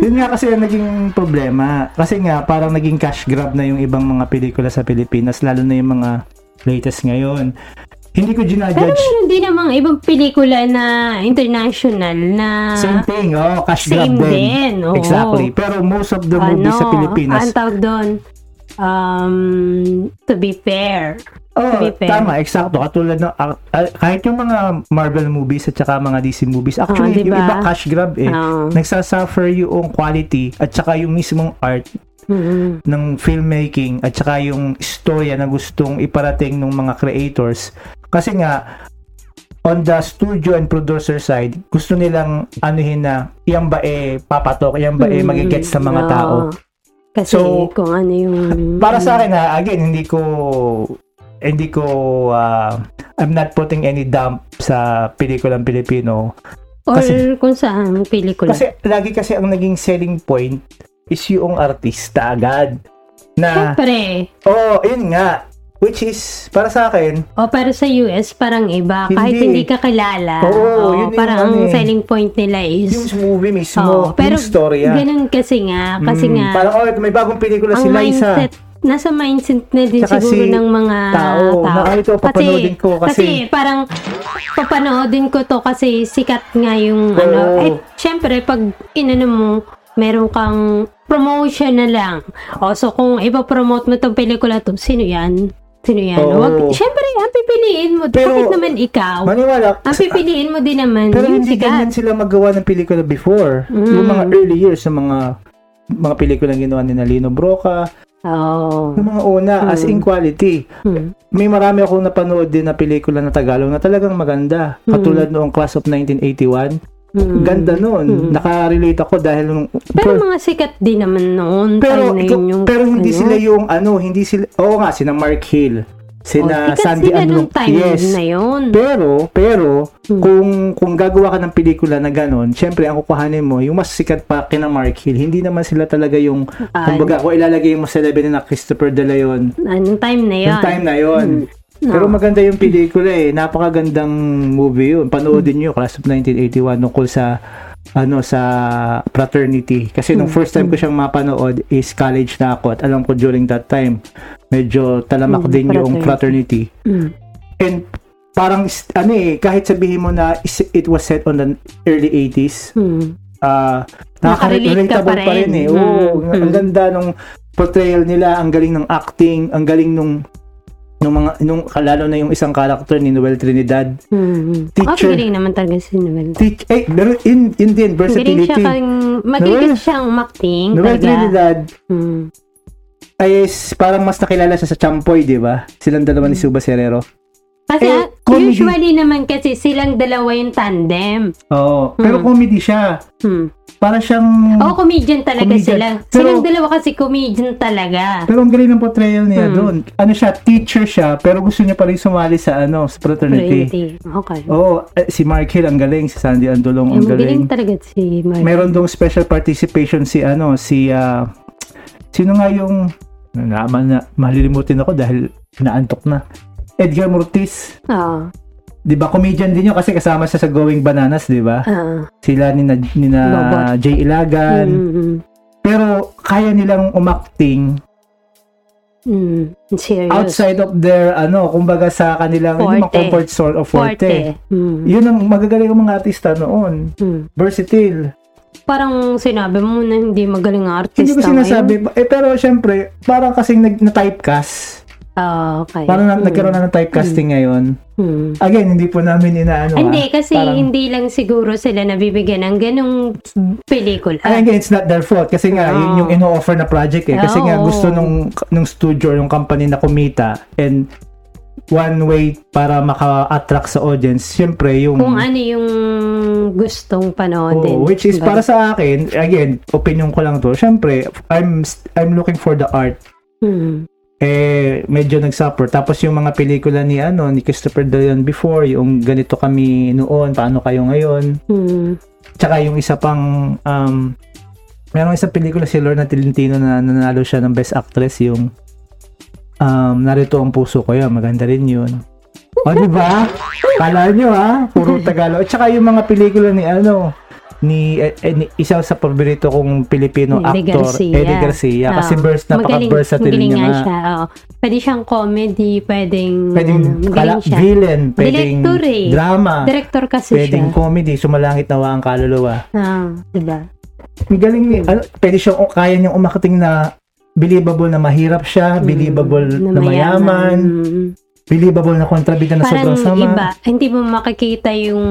Yun nga kasi ang naging problema. Kasi nga parang naging cash grab na yung ibang mga pelikula sa Pilipinas lalo na yung mga latest ngayon. Hindi ko Pero ginajudge. meron din namang ibang pelikula na international na Same thing, oh, cash same grab din. din. oo. Ano? Exactly. Pero most of the movies sa Pilipinas, Ang tawag doon, um, to be fair. oh, to be fair. tama, eksakto. Katulad ng, ah, ah, kahit yung mga Marvel movies at saka mga DC movies, actually, yung diba? iba cash grab eh. Oo. Nagsasuffer yung quality at saka yung mismong art Mhm. ng filmmaking at saka yung istorya na gustong iparating ng mga creators. Kasi nga, on the studio and producer side, gusto nilang anuhin na iyan ba eh papatok, iyan ba eh Mhm. magigets sa mga Oo. tao. Kasi So, kung ano yung... Para sa akin ha, again, hindi ko hindi ko ah, I'm not putting any dump sa pelikulang Pilipino Or kasi- kung saan pelikula. kasi lagi kasi ang naging selling point is yung artista agad na Siyempre. oh yun nga which is para sa akin O pero sa US parang iba kahit Hindi. hindi ka kilala. Oo, yun yung parang ang ano eh. selling point nila is yung movie mismo Oo, pero yung story ah. ganun kasi nga kasi nga parang oh may bagong pelikula ang si Liza mindset nasa mindset na din Tsaka siguro si ng mga tao, na, "Ay, ito, papanoodin ko kasi- parang papanoodin ko to kasi sikat nga yung Oo. ano. Eh, syempre, pag inano mo, meron kang promotion na lang. O, so kung ipapromote mo tong pelikula to, sino yan? Sino yan? Oo. Wag, syempre, ang pipiliin mo. Pero- Bakit naman ikaw? maniwala ang pipiliin mo din naman Pero yung hindi ganyan sikat. Mm. sila magawa ng pelikula before. Yung mga early years ng mga mga pelikula ginawa ni Lino Broca, Oo. yung mga una as in quality. Hmm. May marami akong napanood din na pelikula na Tagalog na talagang maganda. Mm. Katulad noong Class of 1981. Hmm. Ganda noon. Nakarelate ako dahil nung Pero mga sikat din naman noon. pero, Time na ikaw- yun yung- pero hindi ano. sila yung ano, hindi sila Oo nga sina Mark Hill, sina Oh, sikat Sandy sila Anlong. nung time Yes. na yun. Pero, pero, Hmm. kung kung gagawa ka ng pelikula na ganun, syempre, ang kukuhanin mo, yung mas sikat pa kina Mark Hill, hindi naman sila talaga yung, Ah, kumbaga, kung ilalagay mo sa level na Christopher De Leon, Anong Ah, time na yun? yung time na yon. No. Pero maganda yung pelikula eh. Napakagandang movie yun. Panoodin nyo, Class of 1981, tungkol sa ano sa fraternity kasi nung first time ko siyang mapanood is college na ako at alam ko during that time medyo talamak Mm, din yung fraternity Mm. And parang s- ano eh, kahit sabihin mo na is- it was set on the early 80s, Mm. ah Nakarelate ka nakaka-relatable pa pa rin rin. eh. Oo, Mm. ang- ang ganda nung portrayal nila, ang galing ng acting, ang galing nung nung mga nung lalo na yung isang character ni Noel Trinidad. Mm. Teacher. Oh, galing naman talaga si Noel. Teach, eh, pero in, in din, Galing siya versatility. kang, magigit Noel. siyang umakting. Noel talaga. Trinidad Mm. Hmm. ay is parang mas nakilala siya sa Champoy, di ba? Silang dalawa ni Suba Serrero. Kasi Eh, ah, comedy. usually naman kasi silang dalawa yung tandem. Oo. Pero Mm. comedy siya. Hmm. Para siyang... Oo, comedian talaga Hmm. Comedian. sila. Pero- silang dalawa kasi comedian talaga. Pero ang galing ng portrayal niya Mm. doon. Ano siya, teacher siya, pero gusto niya pa rin sumali sa ano, sa fraternity. Pretty. Okay. Oo, eh, si Mark Hill ang galing, si Sandy Andolong ang Yung galing galing. talaga si Mark. Meron dong special participation si ano, si ah, sino nga yung naman na malilimutin ako dahil naantok na. Edgar Mortiz, Oo. 'di ba? Comedian din 'yun kasi kasama siya sa Going Bananas, 'di ba? Oo. Sila ni na, ni na Bobot. Jay Ilagan. Mm, Pero kaya nilang umacting mm, mm. Serious. outside of their ano, kumbaga sa kanilang Forte. yung mga comfort zone of forte. Forte. Mm, 'Yun ang magagaling ng mga artista noon. mm. Versatile. Parang sinabi mo na hindi magaling ang artista Hindi ko ngayon. sinasabi, eh pero syempre, parang kasing nag, na-typecast. Ah, okay. Parang na, Mm, nagkaroon na ng typecasting ngayon. mm. Again, hindi po namin inaano. Ah, Hmm. Hindi, ah. kasi Parang- hindi lang siguro sila nabibigyan ng ganong pelikula. And again, it's not their fault kasi nga yun Oo. yung ino-offer na project eh. Kasi nga Oo. gusto nung nung studio or yung company na kumita and one way para maka-attract sa audience, syempre yung Kung ano yung gustong Oo, panoodin. which is Diba? para sa akin, again, opinion ko lang to. Syempre, I'm I'm looking for the art. Mm. Eh medyo nagsuffer. Tapos yung mga pelikula ni ano ni Christopher De Leon before, yung ganito kami noon, paano kayo ngayon? Mm. Tsaka yung isa pang um merong isang pelikula si Lorna Tolentino na nanalo siya ng Best Actress yung um narito ang puso ko yun. Maganda rin yun. O, di ba? Kala nyo, ha? Puro Tagalog. At saka yung mga pelikula ni, ano, ni, eh, eh, ni isa sa paborito kong Pilipino Eddie actor, Garcia. Eddie Garcia. Kasi Oo. burst, napaka-versatile magaling niya nga nga. siya. oo. Pwede siyang comedy, pwedeng, Pwedeng ano, kala, magaling siya. villain, pwedeng Director eh. drama, Director kasi pwedeng siya. comedy, sumalangit na wa ang kaluluwa. Ah, diba? Ang galing ni, ano, pwede siyang, o, kaya niyang umakiting na believable na mahirap siya, believable Mm, na mayaman, Mm. believable na kontrabida na Parang sobrang sama. iba, hindi mo makikita yung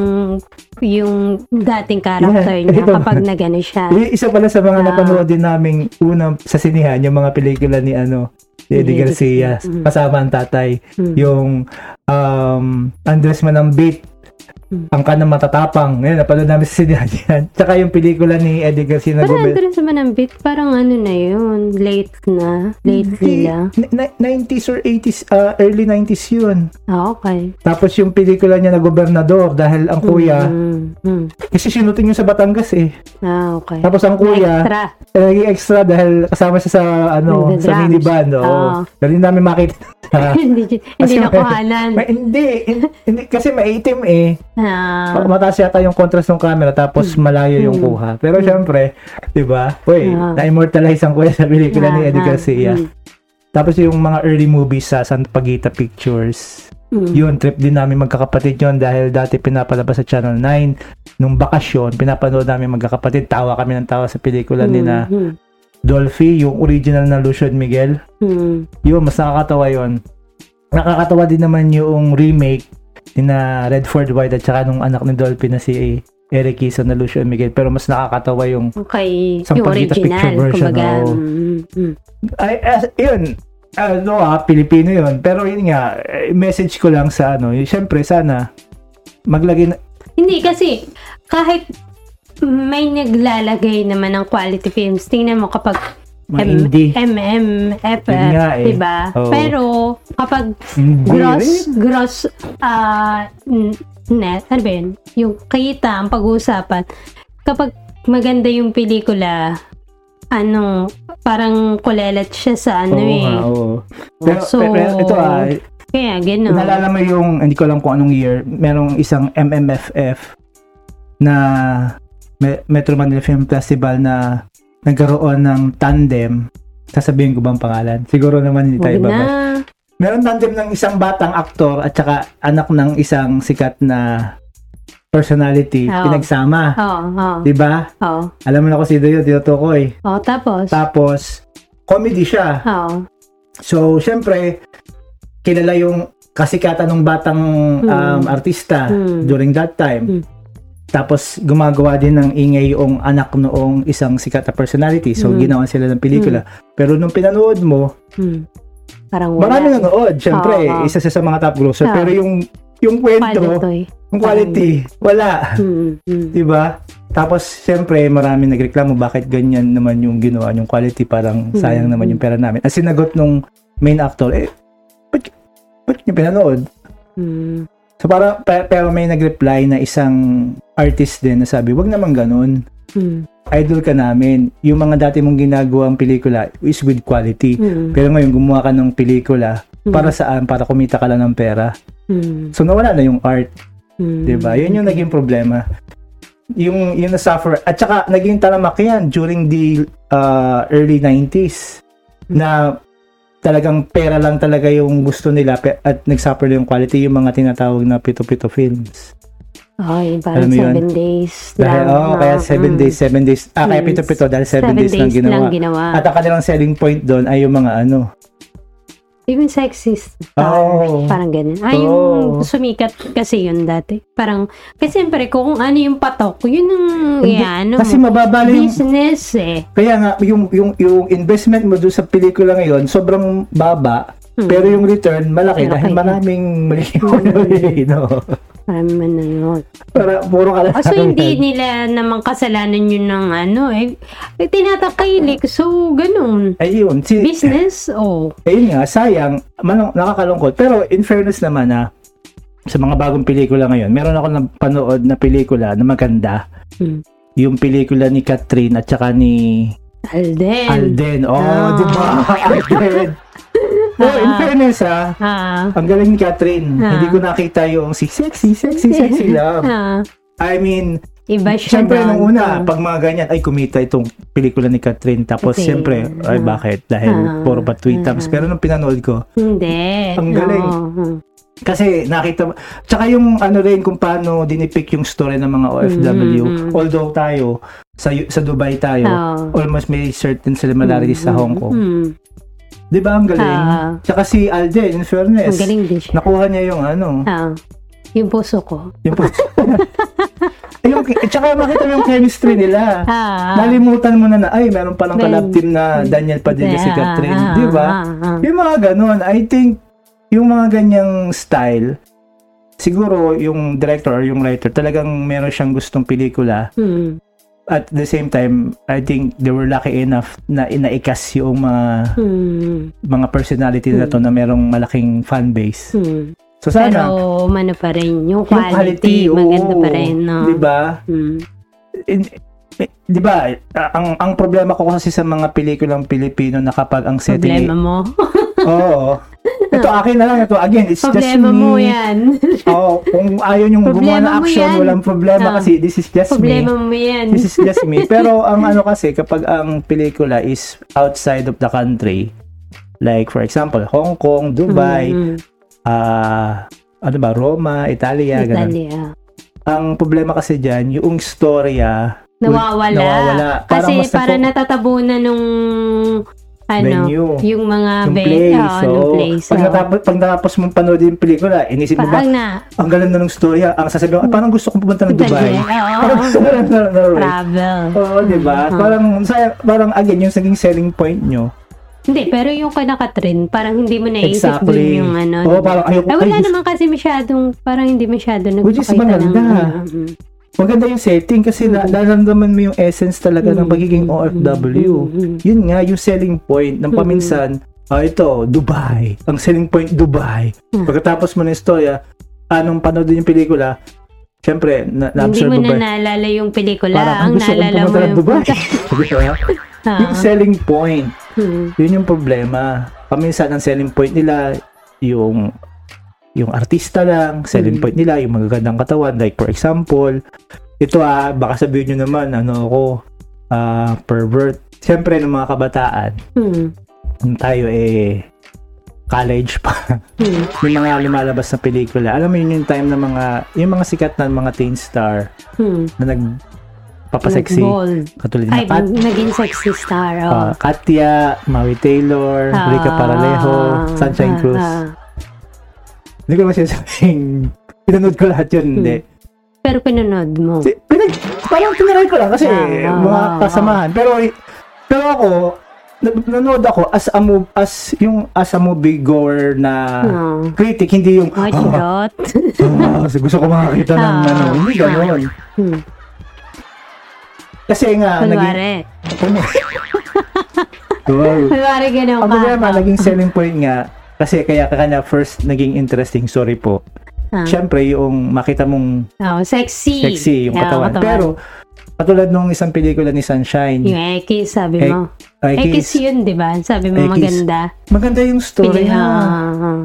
yung dating character Yeah, niya ito. kapag na gano'n siya. I- Isa pala sa mga Ah. napanood din naming unang sa sinihan, yung mga pelikula ni ano, ni Eddie Ni Eddie Garcia, Garcia. Mm. kasama ang tatay, Mm. yung um, Andres Manambit, Mm. ang kanang matatapang. Ngayon, napanood namin sa sinihan yan. Tsaka yung pelikula ni Eddie Garcia na Parang Gobel- Andres Manambit, parang ano na yun, late na, late Hindi. nila. Ni- ni- 90s or 80s, ah, early 90s yun. Ah, okay. Tapos yung pelikula niya na gobernador dahil ang kuya, Mm, mm. kasi sinuting yun sa Batangas eh. Ah, okay. Tapos ang kuya, Extra. eh, naging extra dahil kasama siya sa ano, Nagda-drums. sa minivan. Oo. Oo. Dali namin makita. hindi hindi Kasi- nakuhanan. Ma- hindi, hin- hindi, kasi maitim eh. Ah, Ma- Mataas yata yung contrast ng camera tapos malayo yung Mm. kuha. Pero syempre, di ba? Uy, Ah. na-immortalize ang kuya sa pelikula ni Eddie ah, Garcia. mm, Tapos yung mga early movies sa San Pagita Pictures. mm. Yun, trip din namin magkakapatid yun dahil dati pinapalabas sa Channel 9. Nung bakasyon, pinapanood namin magkakapatid. Tawa kami ng tawa sa pelikula ni na Mm, Dolphy, yung original na Lucian Miguel. mm, Yun, mas nakakatawa yun. Nakakatawa din naman yung remake ni na Redford White at saka nung anak ni Dolphy na si Eric Kisa na Lucian Miguel. Pero mas nakakatawa yung... Okay, Isang yung Pangita original, picture version, kumbaga. oo. mm, mm, Ay, as, yun, ano ah, Pilipino yun. Pero yun nga, eh, message ko lang sa ano, yun, syempre sana maglagay na, Hindi kasi kahit may naglalagay naman ng quality films. Tingnan mo kapag mga M- hindi. MMFF, Yun nga eh. 'di ba? Oo. Pero kapag gross gross ah n- net, ano ba yun? Yung kita ang pag-uusapan. Kapag maganda yung pelikula, ano, parang kulelat siya sa ano Oo eh. nga, oo. Pero, So, pero ito ah, Kaya gano'n. naalala mo yung, hindi ko alam kung anong year, merong isang MMFF na Me- Metro Manila Film Festival na nagkaroon ng tandem. Sasabihin ko ba ang pangalan? Siguro naman hindi Huwag tayo na. ba. Meron tandem ng isang batang aktor at saka anak ng isang sikat na personality Oo. pinagsama. Oo, oo, 'Di ba? oo. Alam mo na kung sino 'yun, tinutukoy. Oo, tapos. Tapos comedy siya. Oo. So, syempre, kilala yung kasikatan ng batang um, artista Hmm. during that time. Hmm. Tapos, gumagawa din ng ingay yung anak noong isang sikat na personality. So, Hmm. ginawa sila ng pelikula. Pero nung pinanood mo, Mm. Parang wala. Marami nanood, syempre. Oo. Isa siya sa mga top grosser. Oo. Pero yung yung kwento, Palitoy. yung quality, wala. Mm, mm. Di ba? Diba? Tapos, syempre, marami nagreklamo bakit ganyan naman yung ginawa yung quality. Parang sayang Mm. naman yung pera namin. At sinagot nung main actor, eh, ba't, ba't niyo pinanood? Mm. So, para, pe- pero may nag-reply na isang artist din na sabi, wag naman ganun. Mm. Idol ka namin. Yung mga dati mong ginagawang pelikula is with quality. Mm. Pero ngayon, gumawa ka ng pelikula. Hmm. Para saan? Para kumita ka lang ng pera. Mm. So, nawala na yung art. Mm. 'di ba? Diba? 'Yun yung naging problema. Yung yung na-suffer at saka naging talamak 'yan during the uh, early 90s na talagang pera lang talaga yung gusto nila pe- at nag-suffer yung quality yung mga tinatawag na pito-pito films. Ay, Alam parang mo yun? 7 days Dahil, lang. oh, kaya 7 mm. days, 7 days. Ah, kaya Mm. pito-pito dahil 7 Seven days, lang ginawa. lang ginawa. At ang kanilang selling point doon ay yung mga ano. Even sexist. Oo. Parang ganun. Ay, Oo. yung sumikat kasi yun dati. Parang, kasi siyempre, kung ano yung patok, yun ang, Hindi, yan, ano, Kasi mababa yung business eh. Kaya nga, yung, yung, yung investment mo doon sa pelikula ngayon, sobrang baba. Hmm. Pero yung return, malaki Malaki. dahil maraming maliligaw na Hmm. maliligaw. Maraming man na yun. Para puro ka lang. Ah, so, hindi nila naman kasalanan yun ng ano eh. eh tinatakilik. So, ganun. Ay, yun. Si, Business, oh. ayun nga, sayang, manong, nakakalungkot. Pero in fairness naman na, sa mga bagong pelikula ngayon, meron ako na panood na pelikula na maganda. Hmm. Yung pelikula ni Catherine at saka ni Alden. Alden. Oh, Ah. di ba? Alden. Oh, in Ah. fairness ha, Ah. Ang galing ni Catherine. Ah. Hindi ko nakita yung si sexy, sexy, sexy love. Ah. I mean, Iba siya. syempre doon. nung una, pag mga ganyan, ay kumita itong pelikula ni Catherine. Tapos Kasi, syempre, ay ah. bakit? Dahil Ah. puro ba tweet Ah. tapos Pero nung pinanood ko, Hindi. Ang galing. Oo, hmm. oo. kasi nakita mo, tsaka yung ano rin kung paano dinipick yung story ng mga OFW. Mm, mm. Although tayo, sa, sa Dubai tayo, Oo. almost may certain similarities sa Hong Kong. Mm. Di ba ang galing? Ah. Tsaka si Alden, in fairness, Ang galing din siya. nakuha niya yung ano, Ah. Yung puso ko. Yung pag... yung, eh, tsaka makita mo yung chemistry nila. Ah. Nalimutan mo na na, ay, meron palang May- collab team na Daniel Padilla si Ah, Catherine. ah, Di ba? ah, ah. Yung mga ganun, I think, yung mga ganyang style, siguro yung director or yung writer, talagang meron siyang gustong pelikula. Mm. At the same time, I think they were lucky enough na inaikas yung mga Mm. mga personality na to na merong malaking fan base. Mm. So Hmm. Pero sana, ano pa rin, yung yung quality, oo, maganda pa rin. No? Di ba? Mm. in, eh, 'di ba? ah, Ang ang problema ko kasi sa mga pelikulang Pilipino na kapag ang setting Problema mo. Oo. ito akin na lang ito. Again, it's Problema just me. mo yan. Oo, kung ayaw yung gumawa Problema ng mo action, yan. walang problema Ah. kasi this is just Problema me. mo yan. This is just me. Pero ang ano kasi kapag ang pelikula is outside of the country, like for example, Hong Kong, Dubai, Mm, ah ano ba, Roma, Italia, ganun. Italia. Ang problema kasi diyan, yung storya Nawawala. Nawawala. Parang Kasi mas para nafo- natatabunan nung ano, Venue. yung mga Yung ve- place. oo, so, nung place. pag, oo. natapos, pag natapos mong panood yung pelikula, inisip mo ba, Paang na. ang galing na ng storya, ang sasabihin ko, "Ay, parang gusto kong pumunta ng Dubai. Italia, Parang oo. gusto ko ng ng Norway. Travel. Oo, di ba? Mm, oo. Parang, sayang- parang again, yung naging selling point nyo. Hindi, pero yung kanakatrin, parang hindi mo naisip Exactly. din yung ano. Oo, parang ayoko. Ay, wala ay, gusto- naman kasi masyadong, parang hindi masyado nagpakita Which is maganda. mm, Maganda yung setting kasi na, Mm-hmm. nararamdaman mo yung essence talaga ng Mm, pagiging mm, OFW. mm, mm. Yun nga, yung selling point ng paminsan, ah, ito, Dubai. Ang selling point, Dubai. Mm. Pagkatapos mo ng istorya, ah, anong panood yung pelikula, syempre, na- Hindi na-absorb mo mo ba na naalala yung pelikula. Parang ang Ang gusto kong naalala mo pumunta ng yung... Dubai. Ah, yung selling point, mm, yun yung problema. Paminsan ang selling point nila, yung yung artista lang, selling Mm. point nila, yung magagandang katawan. Like for example, ito ah, baka sabihin nyo naman, ano ako, ah, pervert. Siyempre, ng mga kabataan, mm, nung tayo eh, college pa, mm, yung mga lumalabas na pelikula. Alam mo yun yung time ng mga, yung mga sikat na mga teen star mm. na nagpapaseksi. Nag-bold. Katulad Mm, Ay, ng Kat, naging sexy star. Oh. Ah, Katia, Maui Taylor, Rica Paralejo, Sunshine ah, Cruz. ah. Hindi ko masasabing pinanood ko lahat yun, hindi. Hmm. Pero pinanood mo. Si- Pinag, parang tinaray ko lang kasi Ah, ah, mga ah, kasamahan. Pero, pero ako, na- nanood ako as a move, as yung as a movie goer na Ah. critic, hindi yung Hot "Ah, shot. ah, gusto ko makakita ng Ah. ano, hindi ganun. Hmm. Kasi nga, Ah, naging, Kunwari. wow. Kunwari ganun Ang ka. problema, naging selling point nga, kasi kaya kanya first naging interesting, sorry po. Ah. Siyempre, yung makita mong Oh, sexy. Ah, sexy yung Oo, katawan. Pero, katulad nung isang pelikula ni Sunshine, yung X, sabi X- mo. ay, X, kiss, yun, di ba? Sabi mo, X. maganda. maganda yung story Pili- niya. Ah, ah.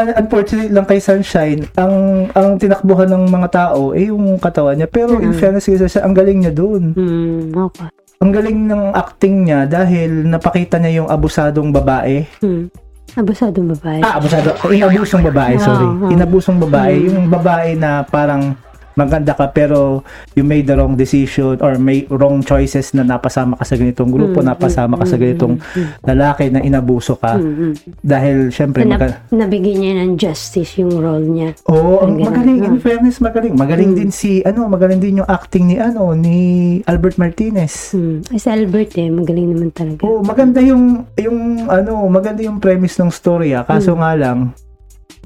Un- Unfortunately lang kay Sunshine, ang ang tinakbuhan ng mga tao eh yung katawan niya. Pero in fairness kay Sunshine, ang galing niya doon. Hmm, okay. Ang galing ng acting niya dahil napakita niya yung abusadong babae. Hmm. Abusadong babae. Ah, abusado. Inabusong babae, sorry. Oo, Hmm. oo. Inabusong babae. Yung babae na parang maganda ka pero you made the wrong decision or may wrong choices na napasama ka sa ganitong grupo, napasama ka sa ganitong lalaki na inabuso ka. Hmm, hmm. Dahil syempre, Na, magka- nabigyan niya ng justice yung role niya. Oo, ang Ang galing, magaling. In ah. Hmm. fairness, magaling. Magaling din si, ano, magaling din yung acting ni, ano, ni Albert Martinez. Hmm. Ay, si Albert eh, magaling naman talaga. Oo, Oh, maganda yung, yung, ano, maganda yung premise ng story, ah. Hmm. Kaso nga lang,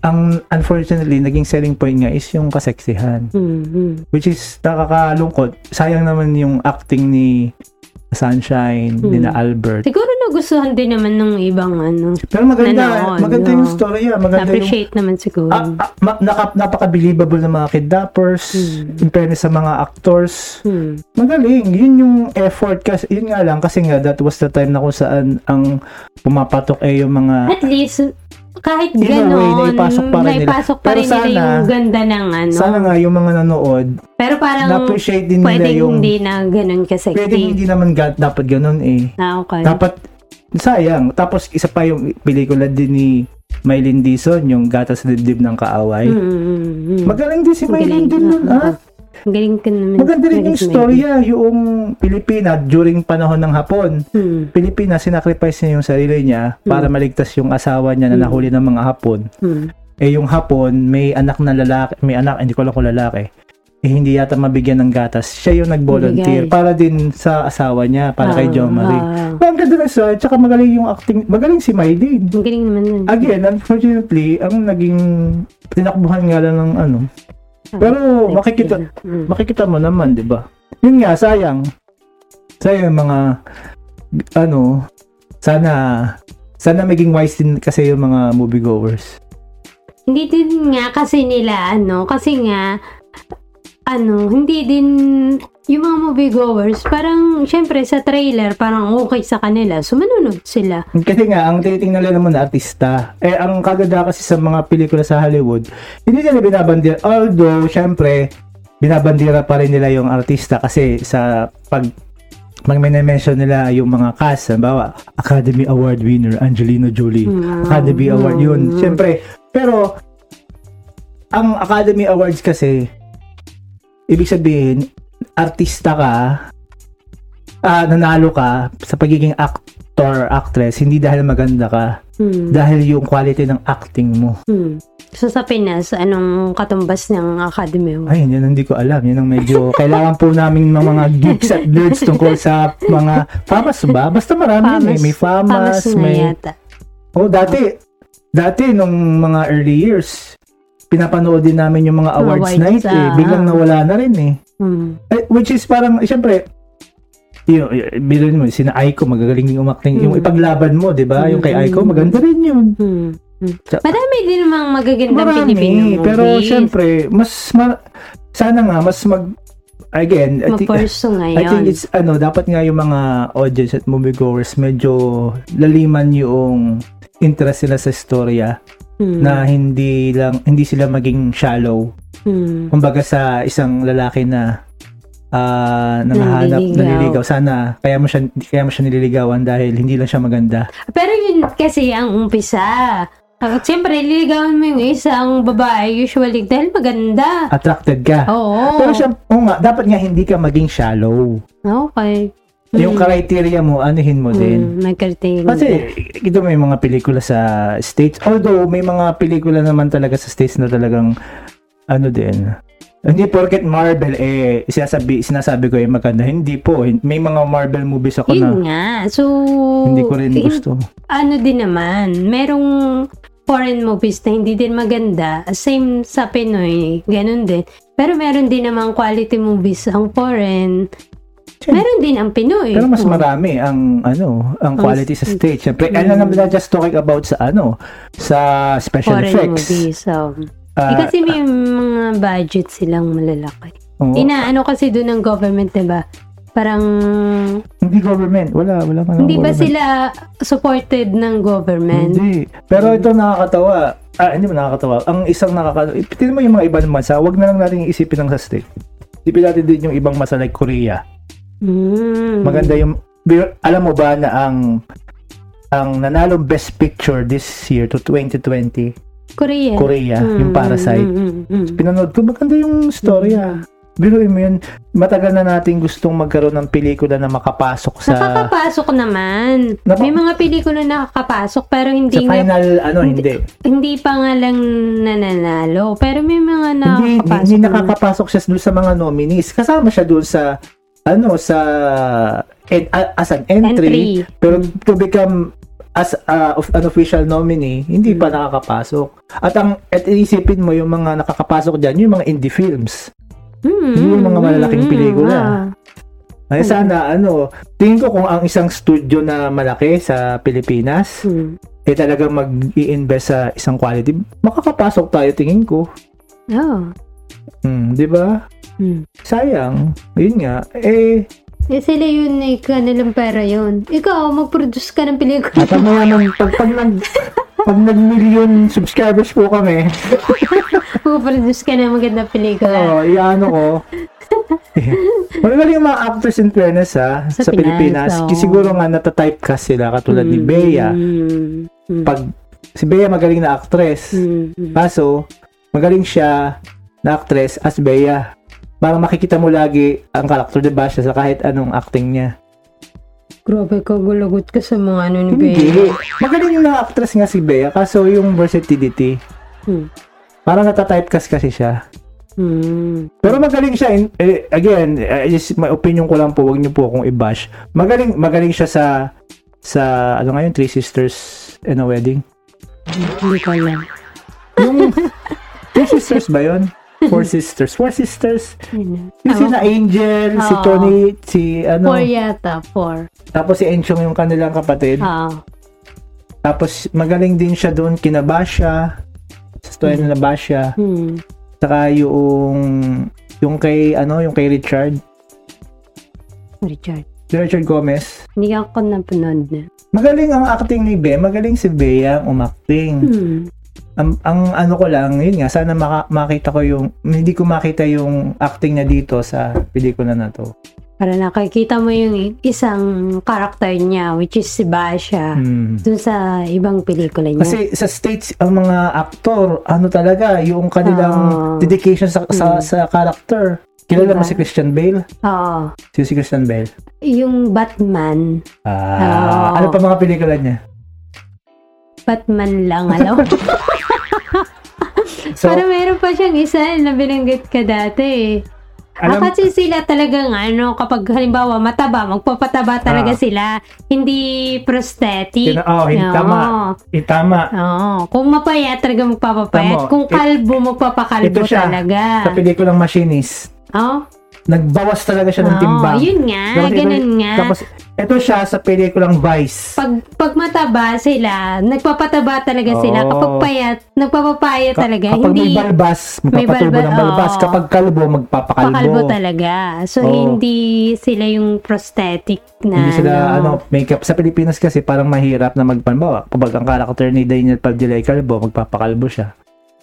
ang unfortunately, naging selling point nga is yung kaseksihan. Hmm, hmm. Which is, nakakalungkot. Sayang naman yung acting ni Sunshine, ni Hmm. na Albert. Siguro nagustuhan din naman ng ibang ano. Pero maganda, Nanood, maganda no? yung story, ah. Maganda yung Appreciate naman siguro. Ah, ah, ma- naka- napaka-believable ng mga kidnappers, in fairness sa mga actors. Hmm. Magaling. Yun yung effort. Kasi, yun nga lang. Kasi nga, that was the time na kung saan ang pumapatok eh yung mga... At least, kahit In a way, gano'n, naipasok pa rin nila. naipasok pa Pero rin nila sana- yung ganda ng ano. Sana nga yung mga nanood, Pero parang, na-appreciate din nila pwedeng yung... hindi na ganun kasi. Pwede hindi naman ga- dapat ganun eh. Ah, okay. Dapat, sayang. Tapos isa pa yung pelikula din ni Mylene Dizon, yung Gatas sa Dibdib ng Kaaway. Mm, mm, mm, mm. Magaling din si Mylene Magaling, din nun, ah, ah. Ang Galing ka naman. Maganda rin yung Magaling storya, yung Pilipina during panahon ng Hapon. ka. Mm, Pilipinas, sinacrifice niya yung sarili niya Hmm. para maligtas yung asawa niya na nahuli ng mga Hapon. mm, Eh yung Hapon, may anak na lalaki, may anak, hindi ko alam kung lalaki. Eh hindi yata mabigyan ng gatas. Siya yung nag-volunteer Bigay. para din sa asawa niya, para kay Ah, Jo Marie. ah. Well, ang ganda na siya, tsaka magaling yung acting, magaling si Mylene. Ang galing naman nun. Again, unfortunately, ang naging tinakbuhan nga lang ng ano. Pero Like, makikita, yun. Mm. makikita mo naman, 'di ba? Yun nga sayang. Sayang yung mga ano, sana sana maging wise din kasi yung mga moviegoers. Hindi din nga kasi nila, ano, kasi nga, ano, hindi din, yung mga moviegoers, parang, syempre, sa trailer, parang okay sa kanila. So, manunod sila. Kasi nga, ang tinitingnan nila naman na artista. Eh, ang kaganda kasi sa mga pelikula sa Hollywood, hindi nila binabandira. Although, syempre, binabandira pa rin nila yung artista kasi sa pag pag may mention nila yung mga cast, halimbawa, Academy Award winner, Angelina Jolie, Mm. Academy Award, yun. Syempre, pero, ang Academy Awards kasi, ibig sabihin, artista ka, ah, nanalo ka sa pagiging actor, actress, hindi dahil maganda ka, Mm. dahil yung quality ng acting mo. Hmm. So sa Pinas, anong katumbas ng Academy Award? Ay, yan hindi ko alam. Yan ang medyo, kailangan po namin ng mga geeks at nerds tungkol sa mga famas ba? Basta marami yun eh. May famas, Famas na may... yata. Oh, dati, dati nung mga early years, pinapanood din namin yung mga awards Awards, night eh. ah. Biglang nawala na rin eh. Hmm. Eh, which is parang, eh, syempre, yun, yun, bilhin mo, sina Aiko, magagaling din umakting. Yung Mm. ipaglaban mo, di ba? Yung kay Mm. Aiko, maganda rin yun. Hmm. Hmm. Sa- Marami din namang magagandang Pilipino Marami, movies. pero syempre, mas, ma- sana nga, mas mag, again, I think, Mag-pursue ngayon. I think it's, ano, dapat nga yung mga audience at moviegoers, medyo laliman yung interest nila sa istorya Hmm. na hindi lang hindi sila maging shallow Hmm. kumbaga sa isang lalaki na ah nangahanap Naliligaw. naliligaw sana kaya mo siya kaya mo siya nililigawan dahil hindi lang siya maganda Pero yun kasi ang umpisa. Ah, Siyempre, liligawan mo yung isang babae usually dahil maganda. attracted ka Oo. pero siya oo nga dapat nga hindi ka maging shallow Okay. yung criteria mo anuhin mo din Hmm. May karting. kasi ito may mga pelikula sa states although may mga pelikula naman talaga sa states na talagang ano din Hindi porket Marvel eh sinasabi sinasabi ko eh maganda. Hindi po. May mga Marvel movies ako na Yun nga. So, hindi ko rin gusto. ano din naman, merong foreign movies na hindi din maganda. Same sa Pinoy, ganun din. Pero meron din naman quality movies ang foreign. Meron din ang Pinoy. Pero mas Oh. marami ang ano, ang Ang Mm. quality sa stage. Siyempre, ano naman na just talking about sa ano, sa special foreign effects. movies. So, eh, Ah, kasi may mga budget silang malalaki. oo. Inaano kasi doon ng government, 'di ba? Parang hindi government. Wala, wala man. ang hindi ba government. sila supported ng government? Hindi. Hmm. Pero ito nakakatawa. Ah, hindi mo nakakatawa. Ang isang nakakatawa. Tingnan mo yung mga ibang masa. Wag na lang natin isipin ng sa state. Isipin natin din yung ibang masa like Korea. Mm. Mm-hmm. Maganda yung... Bi- Alam mo ba na ang ang nanalong best picture this year to 2020 Korea. Korea yung Mm, Parasite mm, mm, mm, mm. pinanood ko maganda yung story Hmm. ah biruin mo yun matagal na natin gustong magkaroon ng pelikula na makapasok sa Nakakapasok naman. Napa- May mga pelikula na nakakapasok pero sa hindi nga, final ano hindi hindi pa nga lang nananalo. Pero may mga hindi, nakakapasok. hindi naman. nakakapasok siya doon sa mga nominees. Kasama siya doon sa ano sa en- a- as an entry, Entry. pero to become as a- of an official nominee, hindi pa nakakapasok. At ang at iisipin mo yung mga nakakapasok diyan, yung mga indie films. Mm, Yung mga mm, malalaking mm, pelikula. ah. Ay sana ano, tingin ko kung ang isang studio na malaki sa Pilipinas Mm. eh talagang mag-i-invest sa isang quality, makakapasok tayo tingin ko. Oh. Hmm, 'di ba? Mm. Sayang. Yun nga. Eh, Eh, sila yun, eh, kanilang pera yun. Ikaw, mag-produce ka ng pelikula. At ang mga nang pag, pag nag pag nag million subscribers po kami, mag-produce ka ng magandang oh, pelikula. iano ko. Magaling yung mga actors in fairness ha, sa, Sa Pilipinas. Pinas, oo. Siguro nga natatypecast sila katulad ni Mm, Bea. mm, mm, Pag si Bea magaling na actress, mm, mm. kaso magaling siya na actress as Bea. Para makikita mo lagi ang karakter, di ba, siya sa kahit anong acting niya. Grabe ka, gulagot ka sa mga ano ni Bea. Hindi. Magaling yung na-actress nga si Bea, kaso yung versatility, Mm, parang natatypecast kasi siya. mm. Pero magaling siya in, eh, again, eh, is my opinion ko lang po, wag niyo po akong i-bash. Magaling magaling siya sa sa ano nga yun, Three Sisters and a Wedding. Hindi ko alam. Yung Three Sisters ba 'yon? Four Sisters. Four Sisters. Yun. Yung si Tama. na Angel, si Oo. Tony, si ano, Ah, Four yata, four. tapos si Enchong yung kanilang kapatid. Ah. Tapos magaling din siya doon kina Basha. Sa story na Basha. Hmm. Saka yung yung kay ano, yung kay Richard, Richard. si Richard Gomez. Hindi ako napanood na. Magaling ang acting ni Bea, magaling si Bea ang umakting. Hmm. Ang, ang ano ko lang, yun nga, sana maka- makita ko yung, hindi ko makita yung acting niya dito sa pelikula na to. Para nakikita mo yung isang karakter niya, which is si Basha, Hmm. dun sa ibang pelikula niya. Kasi sa States, ang mga aktor, ano talaga, yung kanilang Ah. dedication sa, sa, Hmm. sa character. Kilala mo Diba? si Christian Bale? Oo. Si, si Christian Bale. Yung Batman. Ah, Ah. Ano pa mga pelikula niya? Batman lang, alam. So, Parang meron pa siyang isa na binanggit ka dati eh. alam, ah, kasi sila talagang ano, kapag halimbawa mataba, magpapataba talaga Ah. sila. Hindi prosthetic. Yun, oh, hindi, Oo. tama. itama. Oo. Kung mapayat talaga Tama. magpapapayat. Kung It- kalbo, magpapakalbo ito siya. Sa talaga. pelikulang Machinist, Oo. nagbawas talaga siya ng Oo, timbang. Ah, yun nga. Tapos ito- ganun nga. Tapos, ito siya sa pelikulang Vice. pag, pag mataba sila, nagpapataba talaga sila. Oo. Kapag payat, nagpapapayat Ka- talaga. kapag hindi may balbas, magpapatubo balbas, ng balbas. oo. Kapag kalbo, magpapakalbo. pakalbo talaga. So, Oo. hindi sila yung prosthetic na Hindi sila, ano, makeup. Sa Pilipinas kasi, parang mahirap na magpanbawa. Kapag ang karakter ni Daniel Pabdilay kalbo, magpapakalbo siya.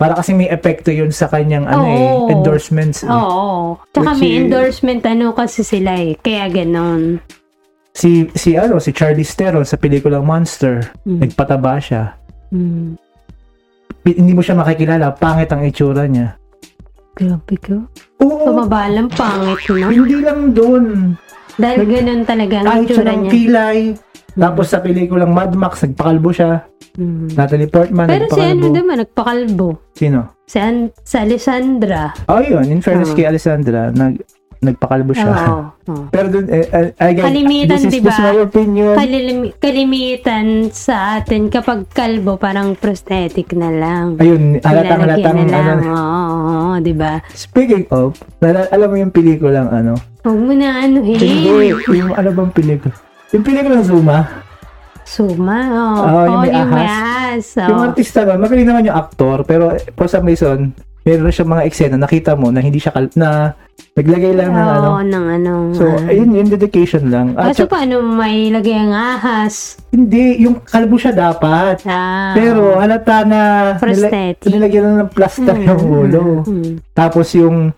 Para kasi may epekto yun sa kanyang ano, Oo. eh, endorsements. eh. Oo. Tsaka Which may is- endorsement ano kasi sila eh. Kaya ganon. Si, si, ano, si Charlie Theron sa pelikulang Monster, Mm. nagpataba siya. Mm. Pi- Hindi mo siya makikilala, pangit ang itsura niya. Grabe ko. Oo, Kumabalang pangit na. hindi lang doon. Dahil ganon talaga ang Kahit siya itsura ng niya. Hmm. kilay, Tapos sa pelikulang Mad Max, nagpakalbo siya. Mm. Natalie Portman, Pero si nagpakalbo. ano naman, nagpakalbo. Sino? Si, An- si Alessandra. Oh, yun. In fairness Ah. kay Alessandra, nag, nagpakalbo siya. Oo. oo. Pero dun, eh, eh, again, Kalimitan, this is diba? just my opinion. Kalim- kalimitan sa atin kapag kalbo, parang prosthetic na lang. Ayun, halatang-halatang. Lalagyan Ano, na lang. Oo, oo, oo, di ba? speaking of, nala, alam mo yung pelikulang ano? Huwag mo na ano Hindi, eh. yung ano bang pelikula? ah. Yung pelikulang Zuma, Suma. Oo, Oo, oh, Ah, yung may yung may ahas. ahas, oh. yung oo. artista ba, magaling naman yung actor, pero eh, for some reason, meron siyang mga eksena, nakita mo na hindi siya, kal- na naglagay lang ng ano. Oo, Ah, ng ano. So, eh, ah, ah. ayun, yung dedication lang. At Kaso saka, paano may lagay ang ahas? hindi, yung kalbo siya dapat. Ah, Pero halata na nila, Prosthetic. nilagyan na ng plaster Mm, yung ulo. mm. Tapos yung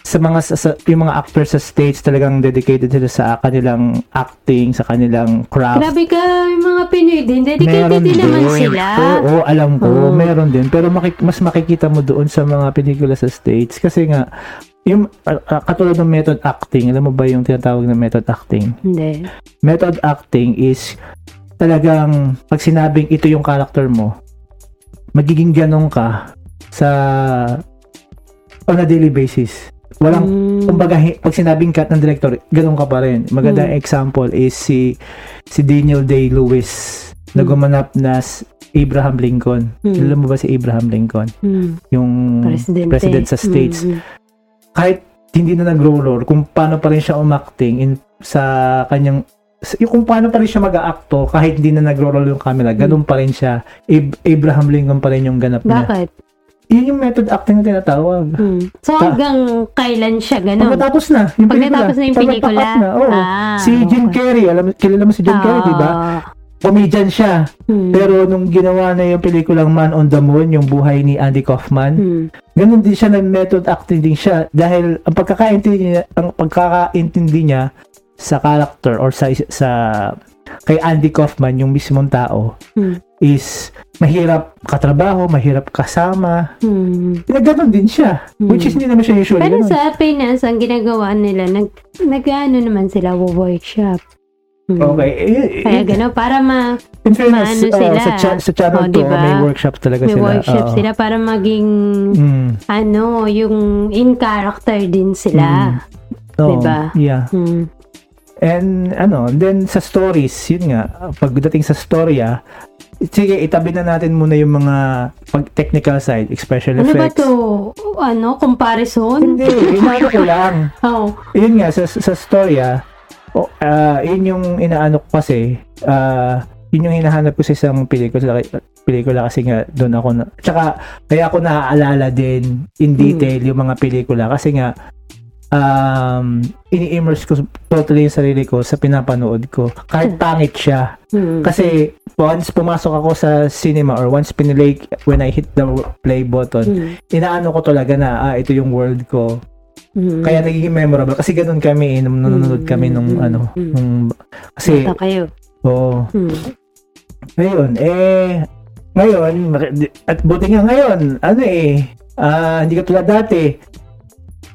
sa mga sa, sa- yung mga actors sa stage talagang dedicated sila sa kanilang acting, sa kanilang craft. Grabe ka, yung mga Pinoy din. Dedicated din naman sila. Oh. Oo, alam ko, Oo. meron din. Pero makik- mas makikita mo doon sa mga pelikula sa States kasi nga yung ah, ah, katulad ng method acting, alam mo ba yung tinatawag na method acting? Hindi. Method acting is talagang pag sinabing ito yung character mo, magiging ganun ka sa on a daily basis. Walang Mm. kumbaga hi- pag sinabing cut ng director, ganun ka pa rin. Mm. Magandang example is si si Daniel Day-Lewis na Mm. gumanap na s- Abraham Lincoln. Mm. Alam mo ba si Abraham Lincoln? Mm. Yung Presidente. president sa States. Ano? Mm, mm. Kahit hindi na nag-roller, kung paano pa rin siya umacting in, sa kanyang sa- yung kung paano pa rin siya mag-aacto kahit hindi na nag-roll yung camera, ganun pa rin siya. Ab- Abraham Lincoln pa rin yung ganap niya. Bakit? Yun yung method acting na tinatawag. Mm. So Ta- hanggang kailan siya ganun? Pagkatapos na, yung Pagkatapos Ano? na pelikula. yung pelikula. Pagkatapos na, oo. Ah, si Jim okay. Carrey, alam, kilala mo si Jim Carrey, di ba? Comedian siya. Mm. Pero nung ginawa na yung pelikulang Man on the Moon, yung buhay ni Andy Kaufman, Mm. ganun din siya, nag-method acting din siya. Dahil ang pagkakaintindi niya, ang pagkakaintindi niya sa character or sa, sa kay Andy Kaufman, yung mismong tao, Mm. is mahirap katrabaho, mahirap kasama. Mm. Kaya ganun din siya. Which is hindi naman siya usually. hmm. Pero ganun. sa Pinas, ang ginagawa nila, nag, nag-ano naman sila, workshop. Mm. Okay. eh, Kaya eh, gano'n, para ma, In fairness, ah, Maano sila. sa, cha- sa channel Oh, to, diba? may workshop talaga may sila. workshop Oo. sila, para maging, Mm. ano, yung in character din sila. Oo, Diba? Yeah. Mm. And ano, then sa stories, yun nga, pagdating sa storya, sige, itabi na natin muna yung mga pag technical side, special Ano ba effects. to? Ano? Comparison? Hindi, inaano ko lang. Oh. Yun nga, sa, sa storya, oh, ah, yun yung inaano ko kasi, ah, yun yung hinahanap ko sa isang pelikula, pelikula kasi nga doon ako na, tsaka kaya ako naaalala din in detail yung mga pelikula kasi nga um, ini-immerse ko totally yung sarili ko sa pinapanood ko kahit pangit siya Mm. kasi once pumasok ako sa cinema or once pinilay when I hit the play button Mm. inaano ko talaga na ah, ito yung world ko Mm. kaya nagiging memorable kasi ganun kami eh, nung nanonood Mm, kami nung mm, ano mm. nung kasi Bata kayo. oo Mm. ngayon eh ngayon maki- at buti nga ngayon ano eh ah, hindi ka tulad dati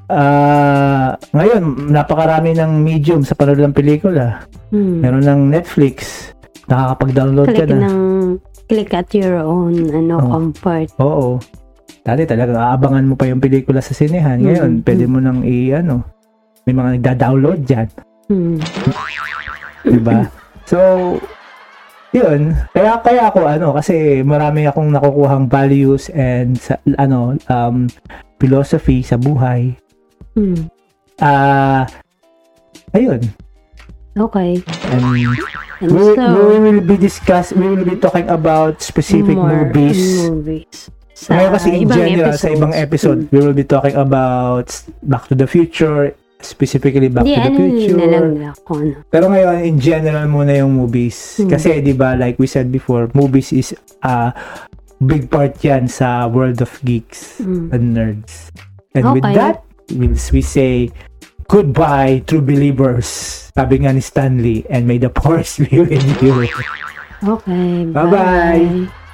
ah ngayon napakarami ng medium sa panood ng pelikula Mm. meron ng Netflix nakakapag-download ka Click na ng click at your own ano Oh. comfort. oo dati talaga aabangan mo pa yung pelikula sa sinehan ngayon Mm, pwede mo nang i ano may mga nagda-download dyan Mm. Diba? So, yun. Kaya, kaya ako, ano, kasi marami akong nakukuhang values and, sa, ano, um, philosophy sa buhay. Mm. Ah, ayun. Okay. And And we, so, we will be discuss, we will be talking about specific more movies. movies. Sa Ngayon kasi in ibang general, sa episodes. ibang episode, Mm. we will be talking about Back to the Future, specifically Back Hindi, to the ano Future. na lang na ako. Ano. Pero ngayon, in general muna yung movies. Hmm. Kasi, di ba, like we said before, movies is a big part yan sa world of geeks Mm. and nerds. And with Okay. that, means we say, goodbye, true believers. Sabi nga ni Stanley, and may the force be with you. Okay, Bye-bye. bye.